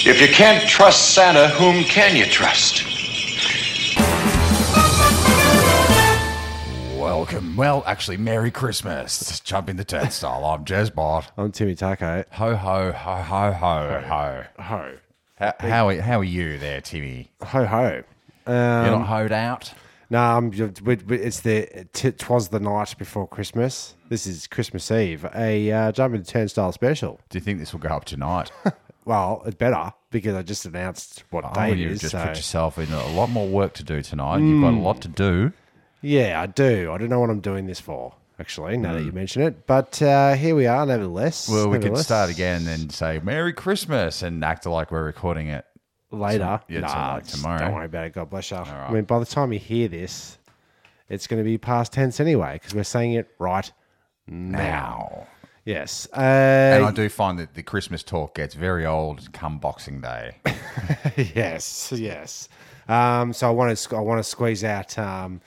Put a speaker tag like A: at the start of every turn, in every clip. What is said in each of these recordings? A: If you can't trust Santa, whom can you trust?
B: Welcome. Well, actually, Merry Christmas. Jumping the turnstile. I'm Jezbot.
C: I'm Timmy Taco.
B: Ho, ho, ho, ho, ho, ho.
C: Ho.
B: How, how, are, how are you there, Timmy?
C: Ho ho.
B: You're
C: Um,
B: not hoed out?
C: No, I'm, we- we- it's the t- twas the night before Christmas. This is Christmas Eve, a uh, jumping the turnstile special.
B: Do you think this will go up tonight?
C: Well, it better because I just announced what
B: Oh,
C: day it
B: you've
C: is.
B: just
C: so- Hmm.
B: put yourself in a lot more work to do tonight. You've got a lot to do.
C: Yeah, I do. I don't know what I'm doing this for. Actually, now that you mention it, but uh, here we are. Nevertheless,
B: Hmm. Well, we could
C: nevertheless.
B: start again and say Merry Christmas and act like we're recording it.
C: later.
B: yeah, to
C: nah,
B: like
C: just
B: tomorrow.
C: Don't worry about it. God bless you. I mean, by the time you hear this, it's going to be past tense anyway because we're saying it right
B: Now.
C: now. Yes. Uh,
B: And I do find that the Christmas talk gets very old come Boxing Day.
C: yes, yes. Um, so I want to I want to squeeze out um,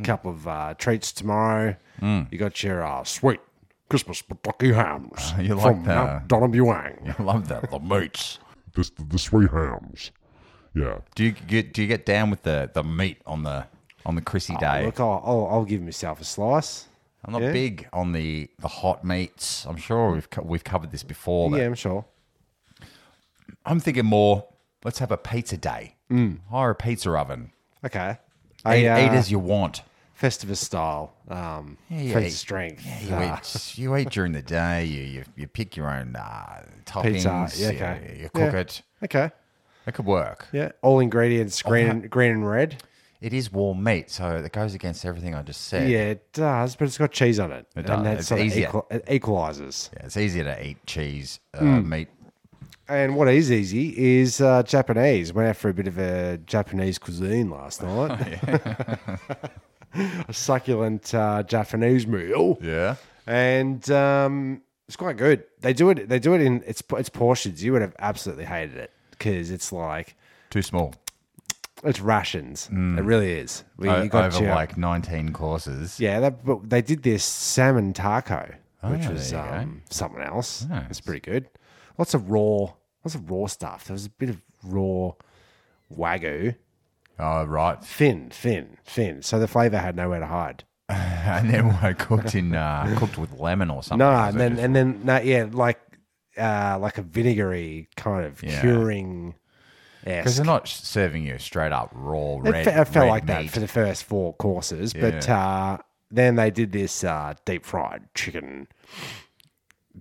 C: a couple of uh, treats tomorrow.
B: Mm.
C: You got your uh, sweet Christmas buttocking hams
B: Ah, you like
C: from
B: that?
C: Mount Donabuang.
B: I love that. The meats.
D: This the three hams. Yeah.
B: Do you get do you get down with the, the meat on the on the Chrissy day?
C: Oh, Look, I'll, I'll, I'll give myself a slice.
B: I'm not big on the, the hot meats. I'm sure we've co- we've covered this before, but
C: Yeah, I'm sure.
B: I'm thinking more. Let's have a pizza day. Hire a pizza oven.
C: Okay.
B: Eat,
C: Mm. I, uh,
B: eat as you want.
C: Festivus style, um,
B: you
C: feast
B: eat-
C: strength.
B: Yeah, you eat you eat during the day. You you, you pick your own uh, toppings.
C: Pizza, yeah,
B: you-
C: okay.
B: You, cook
C: Yeah.
B: it.
C: Uh, Okay.
B: It could work.
C: Yeah. All ingredients green, and green and red.
B: It is warm meat, so it goes against everything I just said.
C: Yeah, it does, but it's got cheese on it.
B: It does.
C: and that
B: It's
C: sort of
B: easier.
C: equal, it equalizes.
B: Yeah, it's easier to eat cheese uh,
C: Hmm.
B: meat.
C: And what is easy is uh, Japanese. Went out for a bit of a Japanese cuisine last night. a succulent uh, Japanese meal.
B: Yeah.
C: And um, it's quite good. They do it. They do it in its its portions. You would have absolutely hated it because it's like
B: Too small.
C: it's rations. It really is. We,
B: O-
C: you got
B: over
C: your-
B: like 19 courses.
C: Yeah, that, but they did this salmon taco, which
B: Oh, yeah,
C: was
B: there you go.
C: um, something else.
B: Nice.
C: It's pretty good. Lots of raw, lots of raw stuff. There was a bit of raw wagyu,
B: Oh, right.
C: thin, thin, thin. So the flavour had nowhere to hide.
B: and then were cooked in uh, cooked with lemon or something.
C: No,
B: Is
C: and
B: it
C: then
B: just-
C: and then no, yeah, like uh, like a vinegary kind of
B: Yeah.
C: curing. Yeah,
B: because they're not serving you straight up raw
C: It,
B: red.
C: fe- it felt
B: red
C: like that
B: meat.
C: for the first four courses, but uh, then they did this uh, deep fried chicken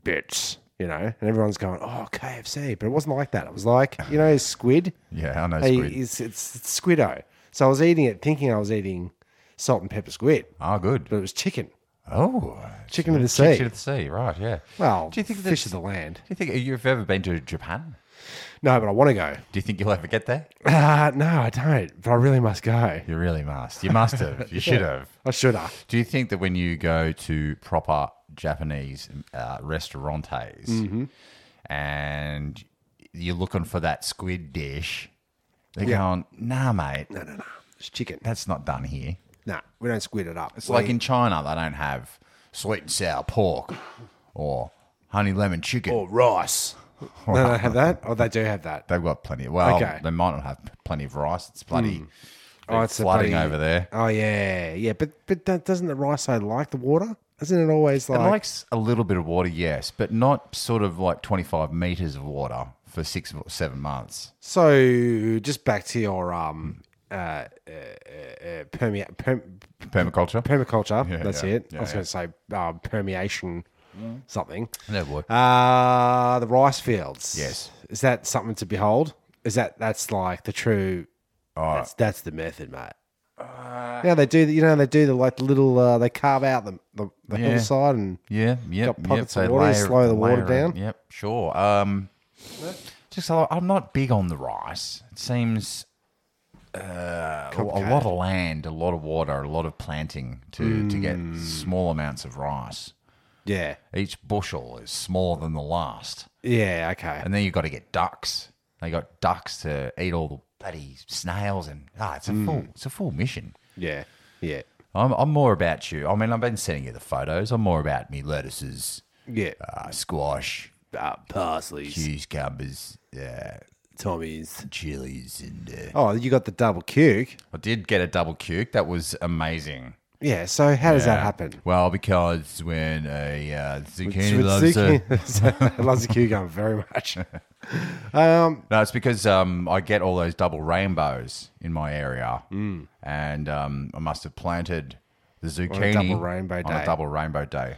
C: bits, you know, and everyone's going, "Oh, KFC," but it wasn't like that. It was like you know, squid.
B: yeah, I know
C: Hey,
B: squid.
C: It's, it's, it's squiddo. So I was eating it, thinking I was eating salt and pepper squid,
B: oh, good.
C: but it was chicken,
B: Oh,
C: chicken of the
B: fish
C: sea.
B: of the sea, right? Yeah.
C: Well,
B: do you think
C: fish
B: that's-
C: of the land?
B: Do you think you've ever been to Japan?
C: No, but I want to go.
B: Do you think you'll ever get there?
C: Uh, no, I don't. But I really must go.
B: You really must. You must have. You should have.
C: I should have.
B: Do you think that when you go to proper Japanese uh, restaurantes
C: Mm-hmm.
B: and you're looking for that squid dish, they're going, "Nah, mate,
C: It's chicken.
B: that's not done here."
C: No, we don't squid it up.
B: It's like in China, they don't have sweet and sour pork or honey lemon chicken.
C: or rice. No, they have that. Oh, they do have that.
B: They've got plenty. Of, well,
C: Okay.
B: they might not have plenty of rice. It's bloody
C: Oh, it's a
B: flooding
C: bloody-
B: over there.
C: Oh yeah, yeah. But but that, doesn't the rice I like the water? Isn't it always
B: It
C: like?
B: likes a little bit of water, yes, but not sort of like 25 meters of water for six or seven months.
C: so just back to your um uh, uh, uh, uh permea- perm-
B: Permaculture?
C: permaculture. that's
B: yeah,
C: it.
B: yeah,
C: I was
B: yeah.
C: going to say um, permeation something.
B: That would.
C: Uh the rice fields.
B: Yes.
C: Is that something to behold? Is that that's like the true? that's, that's the method, mate.
B: Uh,
C: yeah, they do. The, you know, they do the like the little. Uh, they carve out the the, the
B: Yeah.
C: hillside and
B: yeah, yeah.
C: got pockets of
B: yep, they
C: water, slow the water
B: layer it,
C: down.
B: Yep, sure. Um, just I- I'm not big on the rice. It seems uh, a lot of land, a lot of water, a lot of planting to, to get
C: Hmm.
B: small amounts of rice.
C: yeah,
B: Each bushel is smaller than the last.
C: yeah. Okay.
B: And then you've got to get ducks. They got ducks to eat all the bloody snails and ah, it's a
C: Hmm.
B: full it's a full mission.
C: Yeah, yeah,
B: I'm I'm more about you. I mean, I've been sending you the photos. I'm more about me lettuces,
C: yeah.
B: uh, squash,
C: Uh, parsley.
B: cucumbers, uh,
C: Tommy's.
B: chilies in there.
C: Oh, you got the double cuke.
B: I did get a double cuke. That was amazing.
C: Yeah. So how does that happen?
B: Well, because when a uh, zucchini
C: With
B: loves a-
C: zucchini- loves a cucumber very much.
B: No, it's because um, I get all those double rainbows in my area,
C: Mm.
B: and um, I must have planted the zucchini
C: double rainbow
B: on
C: day.
B: a double rainbow day.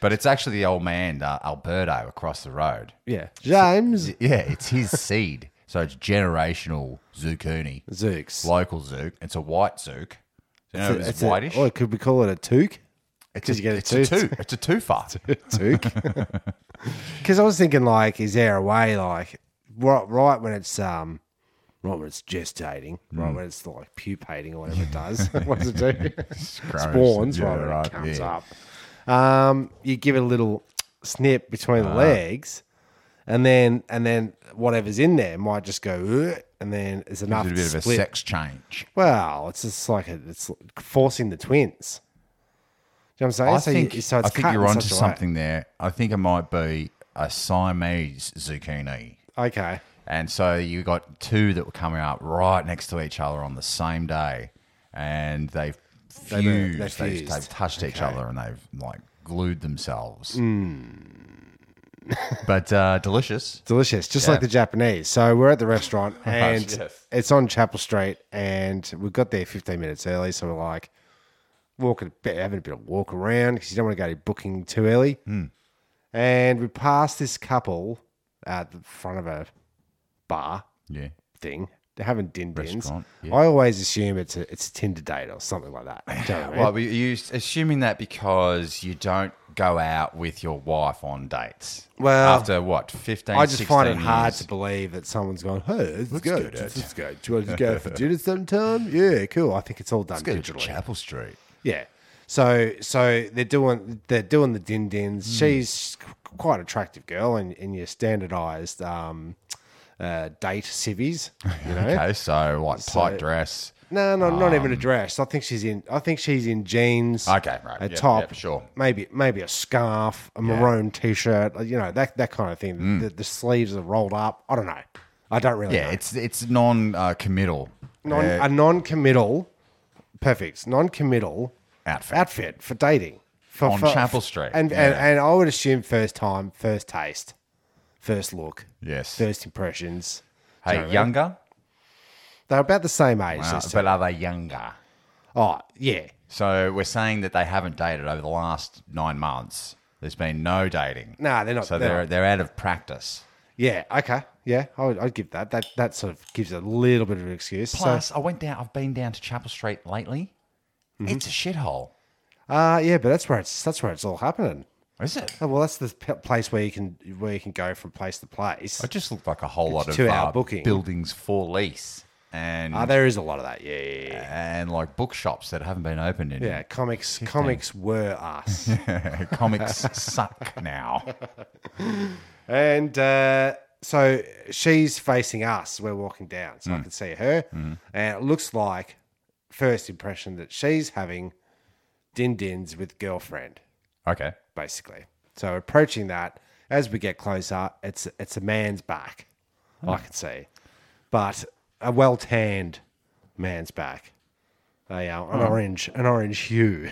B: But it's actually the old man uh, Alberto across the road.
C: Yeah. James
B: Yeah, it's his seed, so it's generational zucchini,
C: Zooks.
B: local zook. It's a white zook. You know,
C: a-
B: it's,
C: a-
B: whitish.
C: or could we call it a toque?
B: it's
C: you get a
B: it's a
C: tooth?
B: two. It's a twofer.
C: Toque. Because I was thinking, like, is there a way, like, right, right when it's um, right when it's gestating,
B: Mm.
C: right when it's like pupating or whatever it does, what does it do? Spawns,
B: Yeah,
C: right, when it
B: right,
C: comes
B: yeah.
C: up. Um, you give it a little snip between
B: Ah.
C: the legs, and then and then whatever's in there might just go, "Ugh," and then it's enough
B: It's a
C: to
B: bit of a
C: split.
B: sex change.
C: Well, it's just like a, it's forcing the twins. Do you know what I'm saying?
B: I
C: so
B: think,
C: you, so it's
B: I think
C: cut
B: you're
C: in
B: onto
C: such a way.
B: something there. I think it might be a Siamese zucchini.
C: Okay.
B: And so you got two that were coming up right next to each other on the same day, and they've
C: They were-
B: fused.
C: they
B: They've,
C: fused.
B: they've touched each other and they've like glued themselves.
C: Hmm.
B: but uh, delicious.
C: Delicious, just like the Japanese. So we're at the restaurant and it's on Chapel Street, and we got there 15 minutes early. So we're like walking, a bit- having a bit of walk around because you don't want to go to booking too early.
B: Hmm.
C: And we passed this couple at the front of a bar
B: Yeah.
C: thing. They're having din dins.
B: Restaurant, yeah.
C: I always assume it's a it's a Tinder date or something like that. Do you know what I mean?
B: Well, are you assuming that because you don't go out with your wife on dates?
C: Well,
B: after what, 15,
C: I just find it
B: 16
C: hard
B: years?
C: to believe that someone's gone, hey, let's, go.
B: do that.
C: Let's go. Do you want to go for dinner sometime? Yeah, cool. I think it's all done
B: Go to
C: digitally.
B: Chapel Street.
C: Yeah. So so they're doing they're doing the din dins.
B: Hmm.
C: She's quite an attractive girl in, in your standardized um, uh, date civvies, you know.
B: Okay, so like tight dress.
C: No, no, not even a dress. I think she's in. I think she's in jeans.
B: Um, Okay, right.
C: A
B: Yeah,
C: top,
B: yeah, for sure.
C: Maybe, maybe a scarf, a maroon t-shirt. like, You know that that kind of thing. The, the sleeves are rolled up. I don't know. I don't really.
B: Mm. Yeah,
C: know.
B: it's it's uh, non-committal.
C: non,
B: Uh,
C: a non-committal, perfect, non-committal
B: Outfit.
C: outfit for dating for,
B: On
C: for-
B: Chapel Street,
C: and, and
B: yeah.
C: and I would assume first time, first taste, first look,
B: yes.
C: first impressions.
B: Hey, younger?
C: They're about the same age.
B: Uh,
C: these two.
B: but are they younger?
C: oh yeah,
B: So we're saying that they haven't dated over the last nine months. There's been no dating.
C: No, they're not-
B: So
C: they're
B: they're,
C: not.
B: they're out of practice.
C: Yeah. Okay. Yeah. I would, I'd give that. That that sort of gives a little bit of an excuse.
B: Plus, I went down. I've been down to Chapel Street lately.
C: Mm-hmm.
B: It's a shithole.
C: so, uh yeah, but that's where it's that's where it's all happening.
B: Is it?
C: Oh, well, that's the p- place where you can where you can go from place to place.
B: It just looked like a whole lot of
C: two-hour
B: uh,
C: booking.
B: buildings for lease and
C: Ah, there is a lot of that. Yeah. Yeah. Yeah.
B: and like bookshops that haven't been opened in
C: yeah comics. Comics were us.
B: comics suck now.
C: And uh, so she's facing us. We're walking down, so I can see her. And it looks like first impression that she's having din dins with girlfriend.
B: Okay.
C: basically. So approaching that, as we get closer, it's it's a man's back, I can see, but a well tanned man's back, a uh, an orange an orange hue.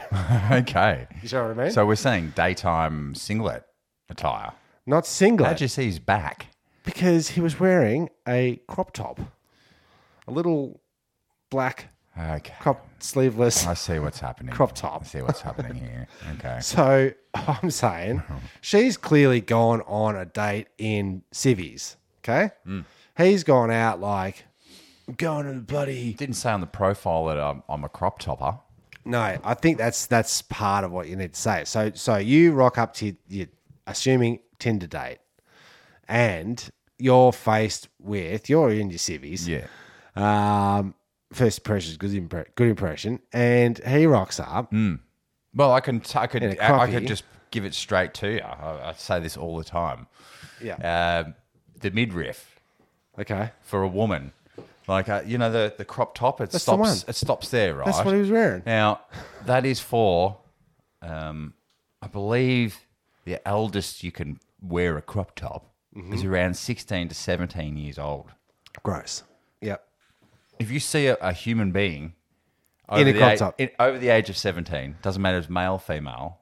B: Okay.
C: You know what I mean?
B: So we're saying daytime singlet attire.
C: Not single
B: How'd you see his back?
C: because he was wearing a crop top, a little black
B: Okay.
C: crop sleeveless.
B: I see what's happening.
C: Crop top.
B: I see what's happening here. Okay.
C: So I'm saying she's clearly gone on a date in civvies. Okay. He's gone out like, I'm going to the bloody.
B: Didn't say on the profile that I'm, I'm a crop topper.
C: No, I think that's that's part of what you need to say. So so you rock up to your, your assuming Tinder date and you're faced with, you're in your civvies.
B: Yeah.
C: Um, first impression is good, impre- good impression. And he rocks up.
B: Well, I can. T- I could.
C: In a
B: I, I
C: croppy.
B: could just give it straight to you. I, I say this all the time.
C: Yeah.
B: Um the midriff
C: Okay.
B: for a woman, like uh, you know the the crop top. It
C: That's the
B: stops.
C: one.
B: It stops there, right?
C: That's what he was wearing.
B: Now, that is for, um, I believe, the
C: Mm-hmm.
B: eldest you can wear a crop top is around 16 to 17 years old.
C: Gross. Yep.
B: If you see a, a human being over
C: In a
B: the
C: crop
B: age,
C: top.
B: in- over the age of seventeen, doesn't matter if it's male, female,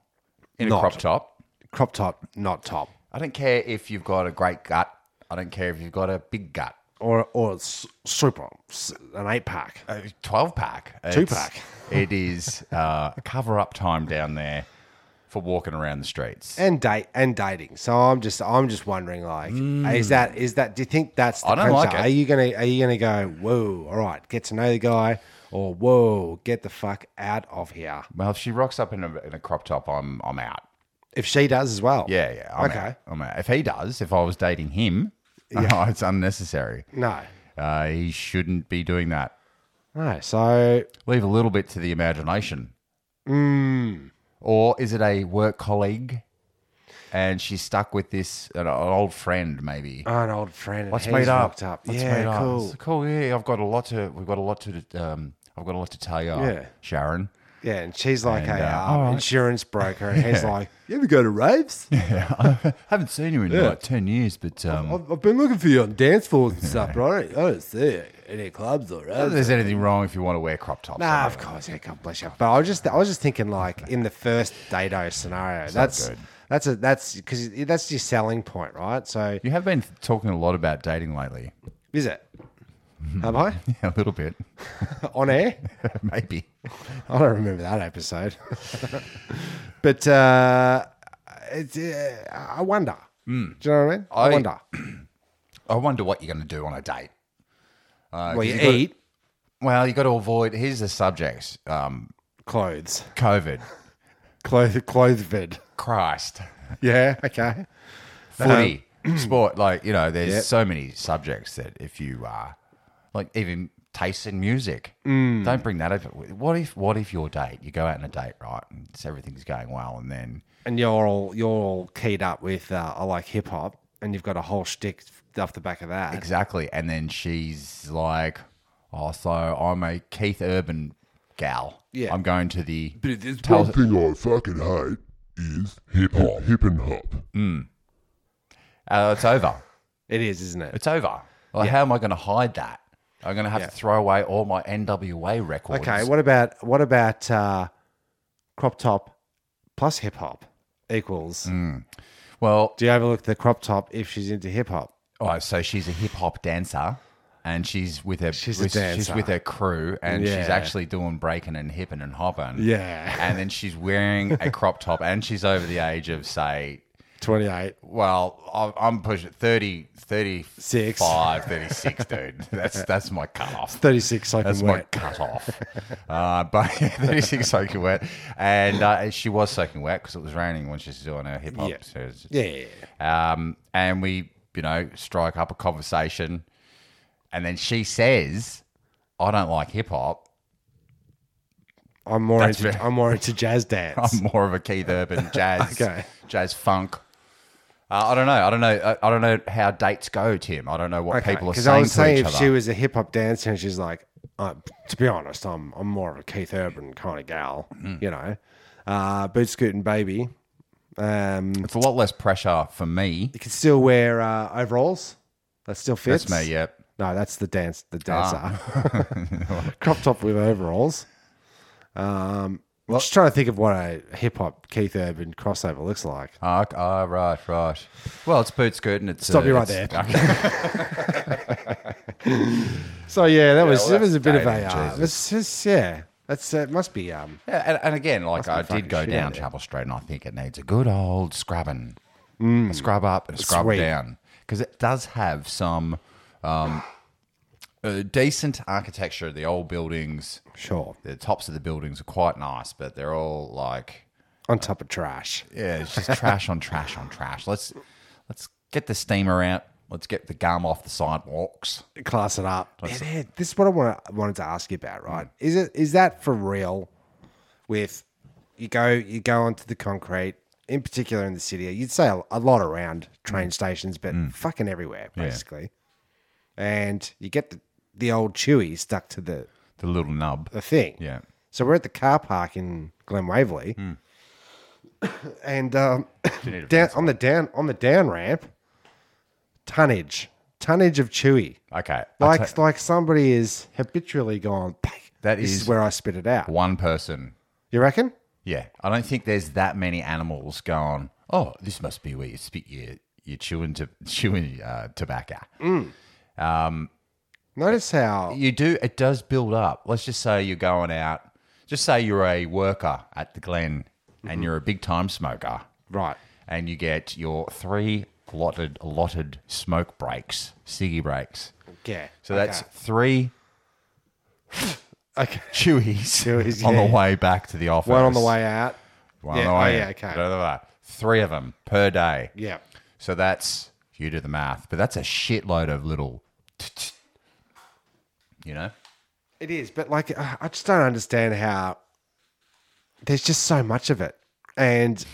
B: in
C: Not.
B: a crop top,
C: Crop top, not top.
B: I don't care if you've got a great gut. I don't care if you've got a big gut,
C: Or or s- super, s- an eight pack.
B: a twelve pack,
C: Two-pack.
B: it is uh, cover up time down there for walking around the streets.
C: And date and dating. So I'm just I'm just wondering like is that is that do you think that's the
B: Mm. I don't
C: premise?
B: like it.
C: Are you gonna are you gonna go, whoa, all right, get to know the guy or whoa, get the fuck out of here.
B: Well, if she rocks up in a, in a crop top, I'm I'm out.
C: If she does as well.
B: Yeah, yeah. I'm
C: Okay.
B: Out. I'm out. If he does, if I was dating him, it's unnecessary.
C: No.
B: Uh, he shouldn't be doing that.
C: No. So
B: Leave a little bit to the imagination. Hmm. Or is it a work colleague? And she's stuck with this an, an old friend, maybe.
C: oh, an old friend. and
B: Let's
C: he's
B: meet up.
C: hooked up.
B: Let's
C: yeah,
B: meet up.
C: cool.
B: It's cool. Yeah, I've got a lot to. We've got a lot to. Um, I've got a lot to tell you,
C: Yeah.
B: Sharon.
C: Yeah, and she's like
B: And,
C: a
B: uh,
C: um,
B: all right.
C: insurance broker, and he's like, "You ever go to raves?
B: haven't seen you in like ten years, but um,
C: I've, I've been looking for you on dance floors and stuff, but I don't, I don't see it any clubs or
B: not that
C: raves."
B: there's anything wrong if you want to wear crop tops.
C: Nah,
B: I
C: of course, yeah, God bless you. But I was just, I was just thinking, like in the first dado scenario, that's
B: good.
C: that's a that's because that's your selling point, right? So
B: You have been talking a lot about dating lately.
C: is it? Have I
B: Yeah, a little bit,
C: on air?
B: maybe.
C: I don't remember that episode. but uh, it's, uh, I wonder. Do you know what I mean? I,
B: I-
C: wonder.
B: I wonder what you're going to do on a date.
C: well, you,
B: you gotta-
C: eat
B: Well, you got to avoid. Here's the subjects: um,
C: clothes,
B: COVID,
C: clothes, clothes bed.
B: Christ,
C: Yeah. Okay.
B: footy, sport. Like you know, there's
C: Yep.
B: so many subjects that if you uh, like even taste in music,
C: Mm.
B: don't bring that up. What if what if your date? You go out on a date, right? And it's, everything's going well, and then
C: And you're all you're all keyed up with uh, I like hip hop, and you've got a whole shtick off the back of that.
B: exactly, and then she's like, "Oh, so I'm a Keith Urban gal.
C: Yeah.
B: I'm going to the
D: One thing I fucking hate is hip hop. Hip and hop.
B: Uh, it's over.
C: It is, isn't it?
B: It's over. Like, How am I going to hide that? I'm going to have to throw away all my NWA records.
C: okay. What about what about uh, crop top plus hip hop equals?
B: Mm. Well,
C: Do you overlook the crop top if she's into hip hop?
B: all right, Oh, so she's a hip hop dancer, and she's with her
C: She's a
B: with,
C: dancer.
B: with her crew, and she's
C: Yeah.
B: actually doing breaking and hipping and hopping.
C: Yeah.
B: and then she's wearing a crop top, and she's over the age of say.
C: Twenty eight.
B: Well, I- I'm pushing 30, 35, 36, dude. That's that's my cutoff.
C: 36 soaking
B: That's my
C: wet.
B: cut off. uh, but 36 soaking wet. And uh, she was soaking wet because it was raining when she was doing her hip hop.
C: Yeah.
B: So it's-
C: Yeah, yeah,
B: Um, and we, you know, strike up a conversation. And then she says, I don't like hip hop.
C: I'm more
B: That's
C: into
B: fair.
C: I'm more into jazz dance.
B: I'm more of a Keith Urban jazz,
C: Okay.
B: jazz funk. Uh, I don't know. I don't know. I, I don't know how dates go, Tim. I don't know what people are
C: because
B: saying
C: I was
B: to
C: saying
B: each
C: if
B: other.
C: she was a hip hop dancer and she's like, uh, to be honest, I'm I'm more of a Keith Urban kind of gal,
B: Mm.
C: you know, uh, boot scooting baby. Um, you
B: it's a lot less pressure for me.
C: can still wear uh, overalls. That still fits.
B: That's me. Yep.
C: No, that's the dance. The dancer. Crop top with overalls. Um, I'm just trying to think of what a hip hop Keith Urban crossover looks like.
B: Ah, c- ah, right, right. Well, it's boot skirt and it's. uh,
C: Stop you right
B: it's-
C: there. So yeah, that was
B: well,
C: that was a
B: that's
C: bit of a.
B: dated,
C: Uh,
B: Jesus.
C: it's just yeah. That's it. must be um.
B: Yeah, and, and again, like I
C: fucking
B: did go
C: shit
B: down
C: out
B: Chapel Street, and I think it needs a good old scrubbing, a scrub up and a scrub
C: Mm. Sweet.
B: down, because it does have some um, uh, decent architecture. The old buildings,
C: Sure.
B: the tops of the buildings are quite nice, but they're all like,
C: On top of trash.
B: yeah, it's just trash on trash on trash. Let's let's get the steamer out. Let's get the gum off the sidewalks.
C: Class it up. Mm. Yeah, yeah, this is what I want wanted to ask you about, right? Is it is that for real? With you go you go onto the concrete, in particular in the city. You'd say a, a lot around train stations, but fucking everywhere basically. And you get the, the old chewy stuck to the
B: The little nub.
C: the thing.
B: Yeah.
C: So we're at the car park in Glen Waverley, and um, down on the down on the down ramp, tonnage, tonnage of chewy.
B: Okay. I'll
C: Like
B: ta-
C: like somebody is habitually gone.
B: That
C: this
B: is-
C: where I spit it out.
B: one person.
C: You reckon?
B: Yeah. I don't think there's that many animals going, oh, this must be where you spit your, your chewing, to, chewing uh, tobacco.
C: Notice how
B: You do, it does build up. Let's just say you're going out, just say you're a worker at the Glen and
C: Mm-hmm.
B: you're a big time smoker
C: right.
B: and you get your three allotted, allotted smoke breaks, ciggy breaks.
C: Yeah.
B: So that's three
C: okay.
B: chewies,
C: Chewies,
B: on
C: yeah.
B: the way back to the office.
C: One on the way out.
B: One
C: Yeah,
B: on the
C: oh,
B: way.
C: yeah, okay.
B: blah, blah, blah. Three of them per day.
C: Yeah.
B: So that's you do the math, but that's a shitload of little, you know.
C: It is, but like uh, I I just don't understand how there's just so much of it. And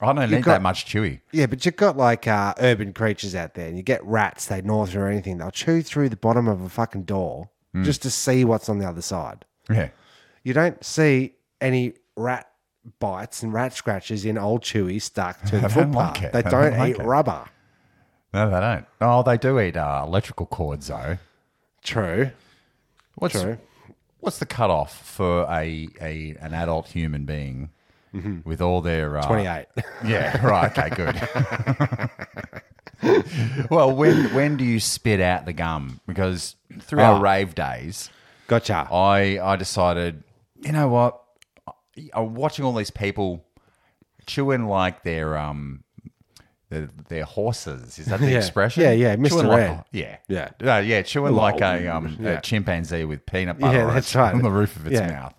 B: I don't need
C: got-
B: that much chewy.
C: yeah, but you've got like uh, urban creatures out there, and you get rats, they gnaw through anything. They'll chew through the bottom of a fucking door
B: Mm.
C: just to see what's on the other side.
B: Yeah,
C: You don't see any rat bites and rat scratches in old Chewy stuck to the
B: They don't like
C: footpath.
B: it.
C: They
B: They
C: don't,
B: don't like
C: eat
B: it.
C: rubber.
B: no, they don't. Oh, they do eat uh, electrical cords though.
C: True.
B: What's
C: True.
B: what's the cutoff for a, a an adult human being
C: Mm-hmm.
B: with all their uh,
C: 28.
B: Yeah, right. Okay, good. well, when when do you spit out the gum? Because through
C: Ah.
B: our rave days,
C: gotcha.
B: I I decided, you know what? I- I'm watching all these people chewing like their um their, their horses. Is that the
C: Yeah.
B: expression?
C: Yeah, yeah, Mr.
B: Chewing like a-
C: Red.
B: yeah,
C: Yeah.
B: No, yeah. Chewing like a um
C: Yeah.
B: a chimpanzee with peanut
C: Yeah,
B: butter on
C: that's
B: its-
C: right.
B: on the roof of its
C: Yeah.
B: mouth.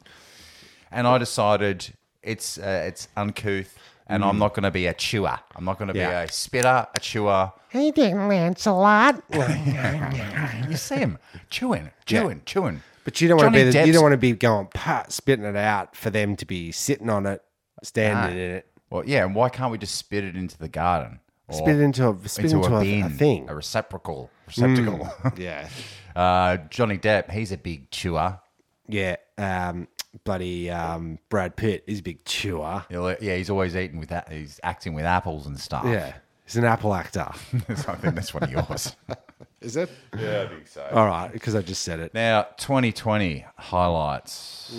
B: And I decided it's uh, it's uncouth, and I'm not going to be a chewer. I'm not going to
C: Mm. Yeah.
B: be a spitter, a chewer.
C: He didn't, Lancelot.
B: You see him chewing, chewing, chewing.
C: But you don't want to
B: Johnny
C: be the, you
B: Depp's-
C: don't want to be going "Pah," spitting it out for them to be sitting on it, standing in it,
B: Well, yeah, and why can't we just spit it into the garden? Or
C: spit it into a spit into, a, a thing. Hmm.
B: a receptacle, receptacle.
C: yeah,
B: uh, Johnny Depp, he's a big chewer.
C: yeah. Um, bloody um, Brad Pitt is a big chewer.
B: He'll- yeah, he's always eating with that. He's acting with apples and stuff.
C: Yeah, he's an apple actor.
B: so I think that's one of yours.
C: is it?
B: yeah, I think so.
C: All right, because I just said it.
B: Now, 2020 highlights.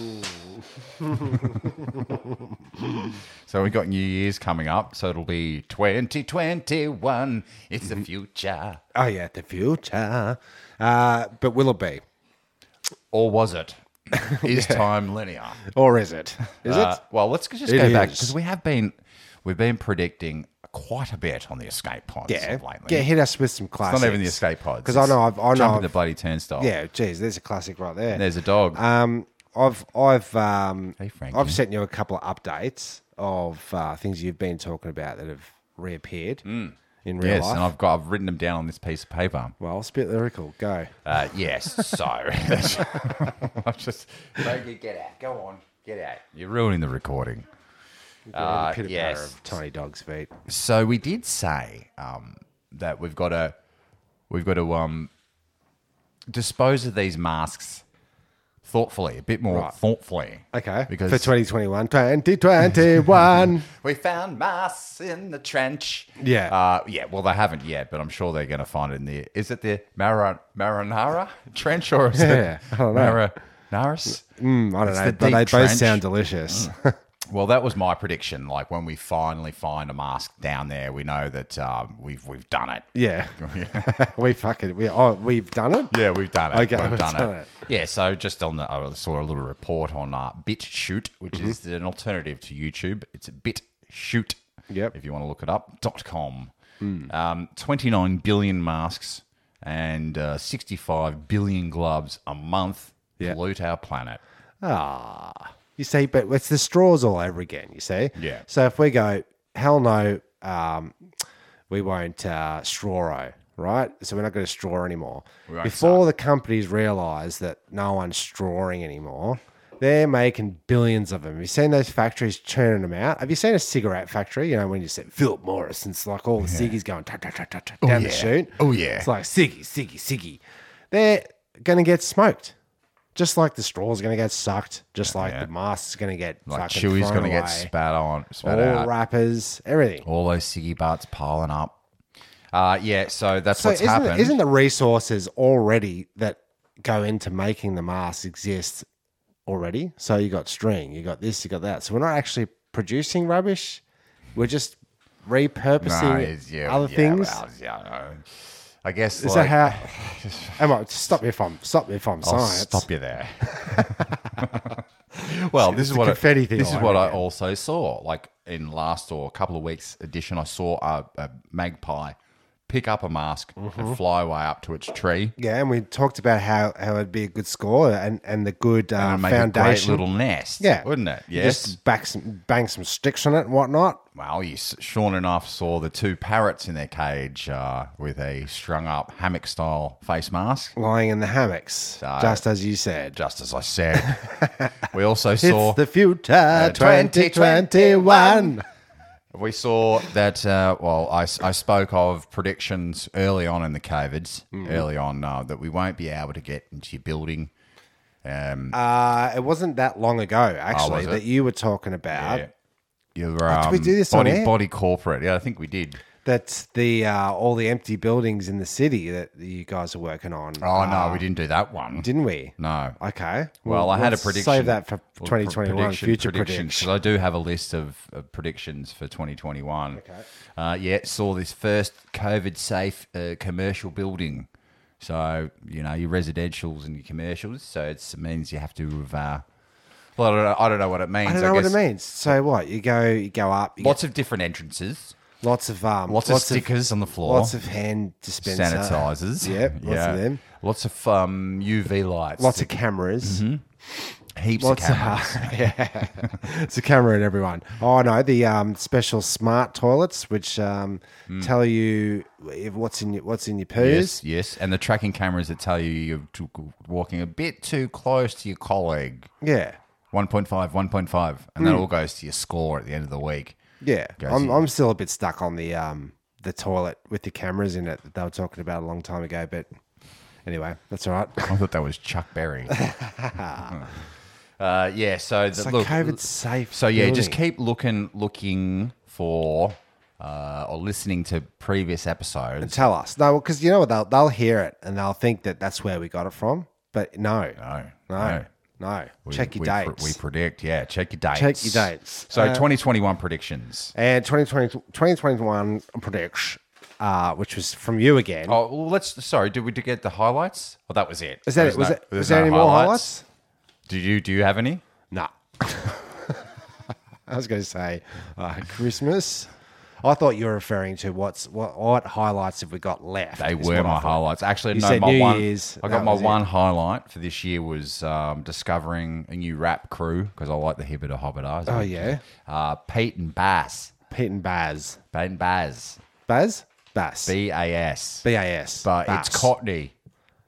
B: so we've got New Year's coming up. So it'll be 2021. It's the
C: Mm-hmm.
B: future.
C: Oh yeah, the future. Uh, but will it be,
B: Or was it? Is time linear?
C: or is it? Is
B: Uh,
C: it?
B: Well, let's just
C: It
B: go back
C: is.
B: because we have been we've been predicting quite a bit on the escape pods
C: Yeah,
B: of lately.
C: yeah. Hit us with some classics.
B: it's not even the escape pods
C: 'Cause I know
B: it's
C: I've- I know
B: jumping
C: I've-
B: the bloody turnstile.
C: Yeah, geez, there's a classic right there.
B: and there's a dog.
C: Um, I've I've um,
B: Hey, Frankie.
C: I've sent you a couple of updates of uh, things you've been talking about that have reappeared in real
B: Hmm. yes,
C: life.
B: and I've got I've written them down on this piece of paper.
C: well, spit lyrical, go.
B: Uh, yes, so I've just Frankie, get out. Go on, get out. You're ruining the recording.
C: Uh, Pit a pair
B: yes.
C: of tiny dog's feet.
B: So we did say um, that we've got to we've got to um, dispose of these masks thoughtfully, a bit more thoughtfully.
C: Okay,
B: because
C: for 2021, 2021.
B: we found masks in the trench.
C: Yeah.
B: uh, yeah. Well, they haven't yet, but I'm sure they're going to find it in the. Is it the Maran, Maranara trench or is
C: Yeah, I
B: it
C: don't know.
B: Maranaris?
C: Mm, I don't
B: It's
C: know,
B: the
C: but they
B: deep
C: both
B: trench. Mm.
C: sound delicious.
B: Well, that was my prediction. Like when we finally find a mask down there, we know that um, we've we've done it.
C: yeah, we fucking we oh we've done it.
B: Yeah, we've done it.
C: Okay,
B: we've
C: we've
B: done,
C: done
B: it.
C: it.
B: Yeah, so just on the, I saw a little report on uh, BitChute, which
C: Mm-hmm.
B: is an alternative to YouTube. It's BitChute.
C: Yep. Mm.
B: If you want to look it up, dot com. Um, 29 billion masks and uh, 65 billion gloves a month
C: Yeah.
B: pollute our planet.
C: Ah, you see, but it's the straws all over again. You see,
B: Yeah.
C: So if we go, hell no, um, we won't uh, straw, right? So we're not going to straw anymore.
B: won't
C: Before the companies realise that no one's strawing anymore, they're making billions of them. Have you seen those factories churning them out? Have you seen a cigarette factory? You know when you say Philip Morris, and it's like all the ciggies going tut, tut, tut, tut, tut, down the
B: yeah.
C: chute.
B: Oh, yeah.
C: it's like ciggy, ciggy, ciggy. They're going to get smoked. Just like the straw's going to get sucked, just like
B: yeah.
C: the mask's going to get
B: Like
C: fucking
B: Chewie's
C: thrown
B: going to get
C: away.
B: spat on, spat
C: all
B: out.
C: wrappers, everything.
B: All those ciggy butts piling up. Uh, yeah, so that's
C: So
B: what's
C: isn't,
B: happened.
C: isn't the resources already that go into making the masks exist already? So you got string, you got this, you got that. So we're not actually producing rubbish. We're just
B: No,
C: repurposing
B: it's- yeah,
C: other
B: yeah,
C: things.
B: well, yeah, I know. I guess.
C: Is
B: like,
C: that how? Am I, stop me if I'm stop me if I'm
B: I'll
C: science.
B: stop you there. well, this is what I-
C: confetti thing
B: This is
C: all
B: what
C: over
B: I also saw. Like in last or a couple of weeks edition, I saw a, a magpie pick up a mask
C: Mm-hmm.
B: and fly away up to its tree
C: Yeah, and we talked about how, how it'd be a good score and, and the good uh,
B: and make a great
C: foundation.
B: little nest.
C: yeah,
B: wouldn't it?
C: You
B: Yes.
C: Just back some, bang some sticks on it and whatnot.
B: Well, you, s- sure enough, saw the two parrots in their cage uh, with a strung up hammock style face mask.
C: lying in the hammocks, just as you said.
B: Just as I said. we also
C: It's
B: saw Uh,
C: the future,
B: 2021.
C: 2021.
B: We saw that. Uh, well, I, I spoke of predictions early on in the COVIDs,
C: Mm.
B: early on uh, that we won't be able to get into your building. Um,
C: Uh, it wasn't that long ago,
B: Oh,
C: actually,
B: was it?
C: that you were talking about
B: yeah. your um,
C: did we do this on
B: body
C: air?
B: body corporate. Yeah, I think we did.
C: that the uh, all the empty buildings in the city that you guys are working on.
B: Oh no, we didn't do that one.
C: didn't we?
B: no.
C: Okay.
B: Well, I had a
C: let's
B: prediction.
C: Save that for
B: Well, pr-
C: 2021
B: prediction-
C: future
B: predictions,
C: predictions.
B: 'cause I do have a list of, of predictions for 2021. Okay. Uh, yeah, saw this first COVID safe uh, commercial building. So, you know, your residentials and your commercials. So it means you have to have. Uh, well, I don't, know, I don't know what it means.
C: I don't know what it
B: guess
C: means. So what? You go, you go up. You
B: Lots of different entrances,
C: get lots of um,
B: lots, of stickers on the floor,
C: lots of hand dispenser,
B: sanitizers.
C: Yep, lots
B: yeah.
C: of them.
B: Lots of um, UV lights.
C: Lots of cameras.
B: Mm-hmm. heaps
C: Lots
B: of cameras.
C: yeah, it's a camera in everyone. Oh no, the um, special smart toilets which um, tell you if what's in your, what's in your poos.
B: Mm. Yes, yes, and the tracking cameras that tell you you're too, walking a bit too close to your colleague.
C: Yeah,
B: 1.5, 1.5, and
C: Hmm.
B: that all goes to your score at the end of the week.
C: yeah.
B: Goes
C: I'm,
B: in.
C: I'm still a bit stuck on the um, the toilet with the cameras in it that they were talking about a long time ago. But anyway, that's all right.
B: I thought that was Chuck Berry. uh, yeah, so the,
C: It's like
B: look,
C: COVID safe.
B: So yeah, just
C: building.
B: keep looking, looking for uh, or listening to previous episodes.
C: tell us no, because you know what they'll they'll hear it and they'll think that that's where we got it from. But no,
B: No,
C: no, no.
B: We-
C: Check your
B: we pre-
C: dates.
B: we predict, yeah. Check your dates.
C: Check your dates.
B: So
C: Uh,
B: 2021 predictions.
C: and 2020, 2021 prediction, uh, which was from you again.
B: Oh, well, let's. Sorry, did we did get the highlights? Well, that was it.
C: is that
B: There's
C: it? Was,
B: no-
C: it,
B: there's
C: was there
B: no
C: any more highlights?
B: Do you do you have any?
C: No. I was going to say uh, Christmas. I thought you were referring to what's what, what highlights have we got left?
B: They
C: is
B: were
C: what I
B: my
C: thought.
B: highlights. Actually,
C: You
B: no,
C: said
B: my
C: New
B: one.
C: Year's,
B: I
C: that
B: got my
C: was it.
B: one highlight for this year was um, discovering a new rap crew because I like the Hibbit of Hobbitars.
C: Oh, yeah.
B: uh, Pete and Bass,
C: Pete and Baz.
B: Pete and Baz,
C: Baz? Bass.
B: B A S.
C: B A S.
B: But
C: Bass.
B: it's Cockney.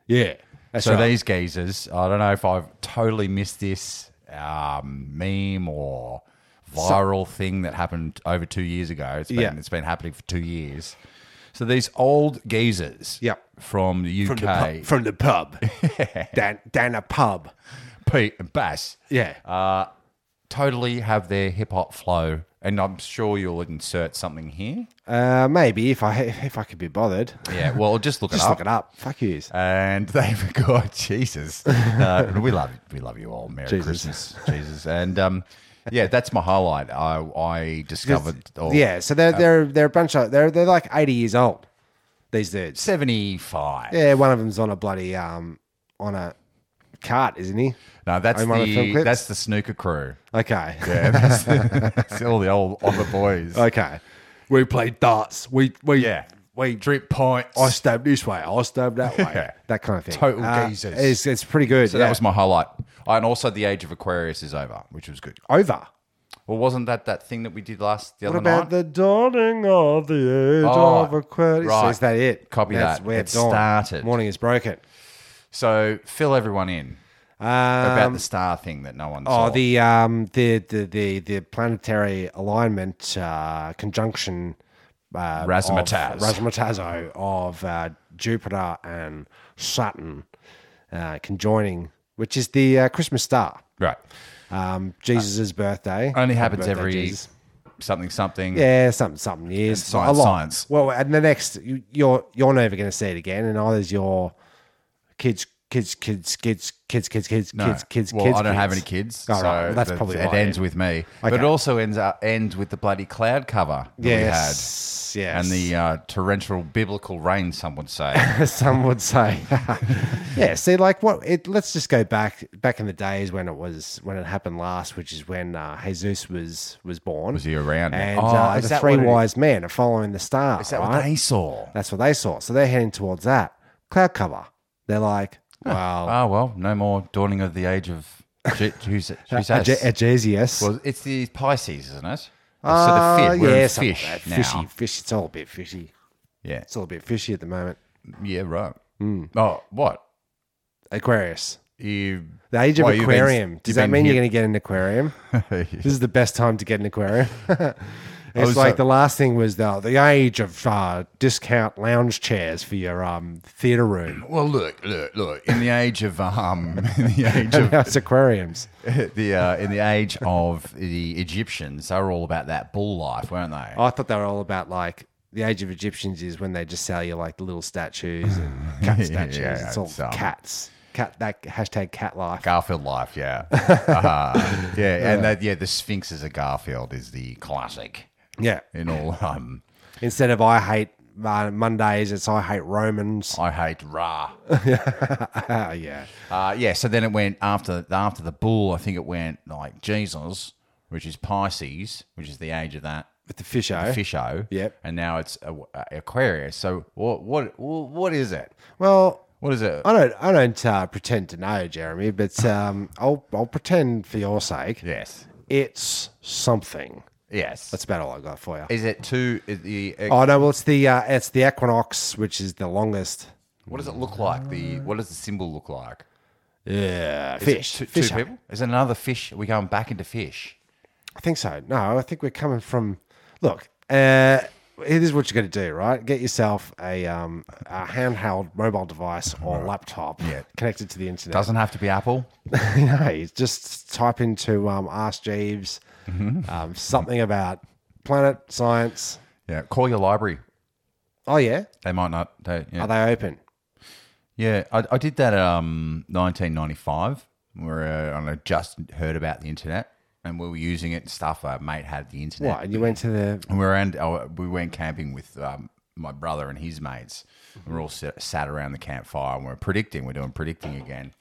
C: Yeah. That's
B: So
C: right.
B: these geezers, I don't know if I've totally missed this um, meme or viral thing that happened over two years ago. It's been,
C: Yeah.
B: it's been happening for two years. So these old geezers
C: Yep.
B: from the UK,
C: from, the pub, from the pub. down, down a pub.
B: Pete and Bass,
C: Yeah.
B: totally have their hip hop flow. And I'm sure you'll insert something here.
C: Uh, maybe if I if I could be bothered.
B: Yeah, well, just look it
C: Just
B: up.
C: look it up. Fuck yous.
B: and they've got Jesus. Uh, we love we love you all. Merry
C: Jesus.
B: Christmas, Jesus. And um, yeah, that's my highlight. I I discovered oh, or
C: yeah, oh. Uh, so they're they're they're a bunch of they're they're like eighty years old. These dudes.
B: seventy five.
C: Yeah, one of them's on a bloody um on a cart, isn't he?
B: No, that's
C: Oh, you wanna film
B: the
C: clips?
B: that's the snooker crew.
C: Okay.
B: Yeah, that's, that's all the old other boys.
C: Okay. We play darts. We we
B: Yeah, we drip points.
C: I stab this way. I stab that way.
B: Yeah.
C: That kind of thing. Uh,
B: Total geezers.
C: It's it's pretty good.
B: so
C: yeah.
B: that was my highlight. Oh, and also, the age of Aquarius is over, which was good.
C: over.
B: Well, wasn't that that thing that we did last the
C: What
B: other
C: about
B: night?
C: the dawning of the age
B: Oh,
C: of Aquarius?
B: right.
C: Is that it?
B: Copy
C: That's
B: that.
C: Where
B: It
C: dawn.
B: started.
C: Morning is broken.
B: so fill everyone in
C: Um,
B: about the star thing that no one saw.
C: Oh, the um, the the the the planetary alignment uh, conjunction. Uh,
B: Razzmatazz.
C: of, razzmatazzo of uh, Jupiter and Saturn uh, conjoining, which is the uh, Christmas star.
B: right.
C: Um, Jesus's birthday
B: Uh, Only
C: Happy
B: happens
C: birthday,
B: every
C: Jesus.
B: something something.
C: Yeah, something, something years.
B: science,
C: a lot.
B: science.
C: Well, and the next, you, you're you're never going to see it again, and either is your kids, kids, kids, kids, kids, kids, kids,
B: No.
C: kids, kids.
B: Well,
C: kids,
B: I don't have any
C: kids.
B: kids,
C: Oh,
B: so
C: right. Well, that's
B: that-
C: probably
B: it
C: why,
B: ends
C: yeah.
B: with me. But
C: Okay.
B: it also ends up ends with the bloody cloud cover that
C: Yes,
B: we had,
C: yes.
B: and the uh, torrential biblical rain. Some would say.
C: as some would say. yeah, see, like what? It, let's just go back back in the days when it was when it happened last, which is when uh, Jesus was was born.
B: Was he around?
C: And
B: Oh,
C: uh,
B: is
C: the
B: that
C: three
B: what it is?
C: wise men are following the star.
B: Is that
C: right?
B: what they saw?
C: That's what they saw. So they're heading towards that cloud cover. They're like, wow,
B: Oh well, no more dawning of the age of Je- Jesus. Jesus.
C: Agesius.
B: Well, it's the Pisces, isn't it? It's
C: Uh,
B: so the fish, we're in
C: yeah, something
B: fish
C: like that.
B: now.
C: Fishy, fish. It's all a bit fishy.
B: Yeah,
C: It's all a bit fishy at the moment.
B: yeah, right.
C: Hmm.
B: Oh, what?
C: Aquarius.
B: You
C: The age of
B: Well, you've been-
C: aquarium.
B: you've
C: Does that
B: been
C: mean you're
B: here-
C: going to get an aquarium? This is the best time to get an aquarium. it's
B: was uh,
C: like
B: so-
C: the last thing was the the age of uh, discount lounge chairs for your um, theater room.
B: Well, look, look, look. In the age of um, in the age of
C: That's aquariums.
B: the uh, in the age of the Egyptians, they were all about that bull life, weren't they?
C: Oh, I thought they were all about like the age of Egyptians is when they just sell you like the little statues and cat
B: Yeah,
C: statues.
B: yeah,
C: it's all
B: it's, um,
C: cats. Cat that hashtag cat life.
B: Garfield life, yeah, uh, yeah, and that, yeah, the Sphinx as a Garfield is the classic
C: Yeah.
B: in all. Um,
C: Instead of I hate uh, Mondays, it's I hate Romans.
B: I hate Ra. Oh.
C: Ah, yeah.
B: Uh, yeah, so then it went after after the bull. I think it went like Jesus, which is Pisces, which is the age of that
C: With the eh? fisho.
B: fisho.
C: Yep.
B: And now it's a, a Aquarius. So what what what is it?
C: Well,
B: What is it?
C: I don't I don't uh, pretend to know, Jeremy, but um, I'll I'll pretend for your sake.
B: yes.
C: It's something.
B: Yes.
C: That's about all I got for you.
B: is it two? Is the
C: oh no, well it's the uh, it's the equinox, which is the longest.
B: what does it look like? The what does the symbol look like?
C: Yeah,
B: Is it
C: fish.
B: Two,
C: fish eh?
B: two
C: eye.
B: people. Is it another fish? Are we going back into fish?
C: I think so. No, I think we're coming from. Look, uh, this is what you got to do, right? Get yourself a, um, a handheld mobile device or laptop connected to the internet.
B: Doesn't have to be Apple.
C: no, you just type into um, Ask Jeeves
B: Mm-hmm.
C: um, something about planet science.
B: Yeah. Call your library.
C: Oh yeah,
B: They might not. They, yeah.
C: are they open?
B: Yeah, I, I did that um 1995 where uh, and I just heard about the internet and we were using it and stuff. A mate had the internet.
C: What? And you went to the
B: And we were and oh, we went camping with um, my brother and his mates. We were all sit, sat around the campfire and we are predicting. We're doing predicting again.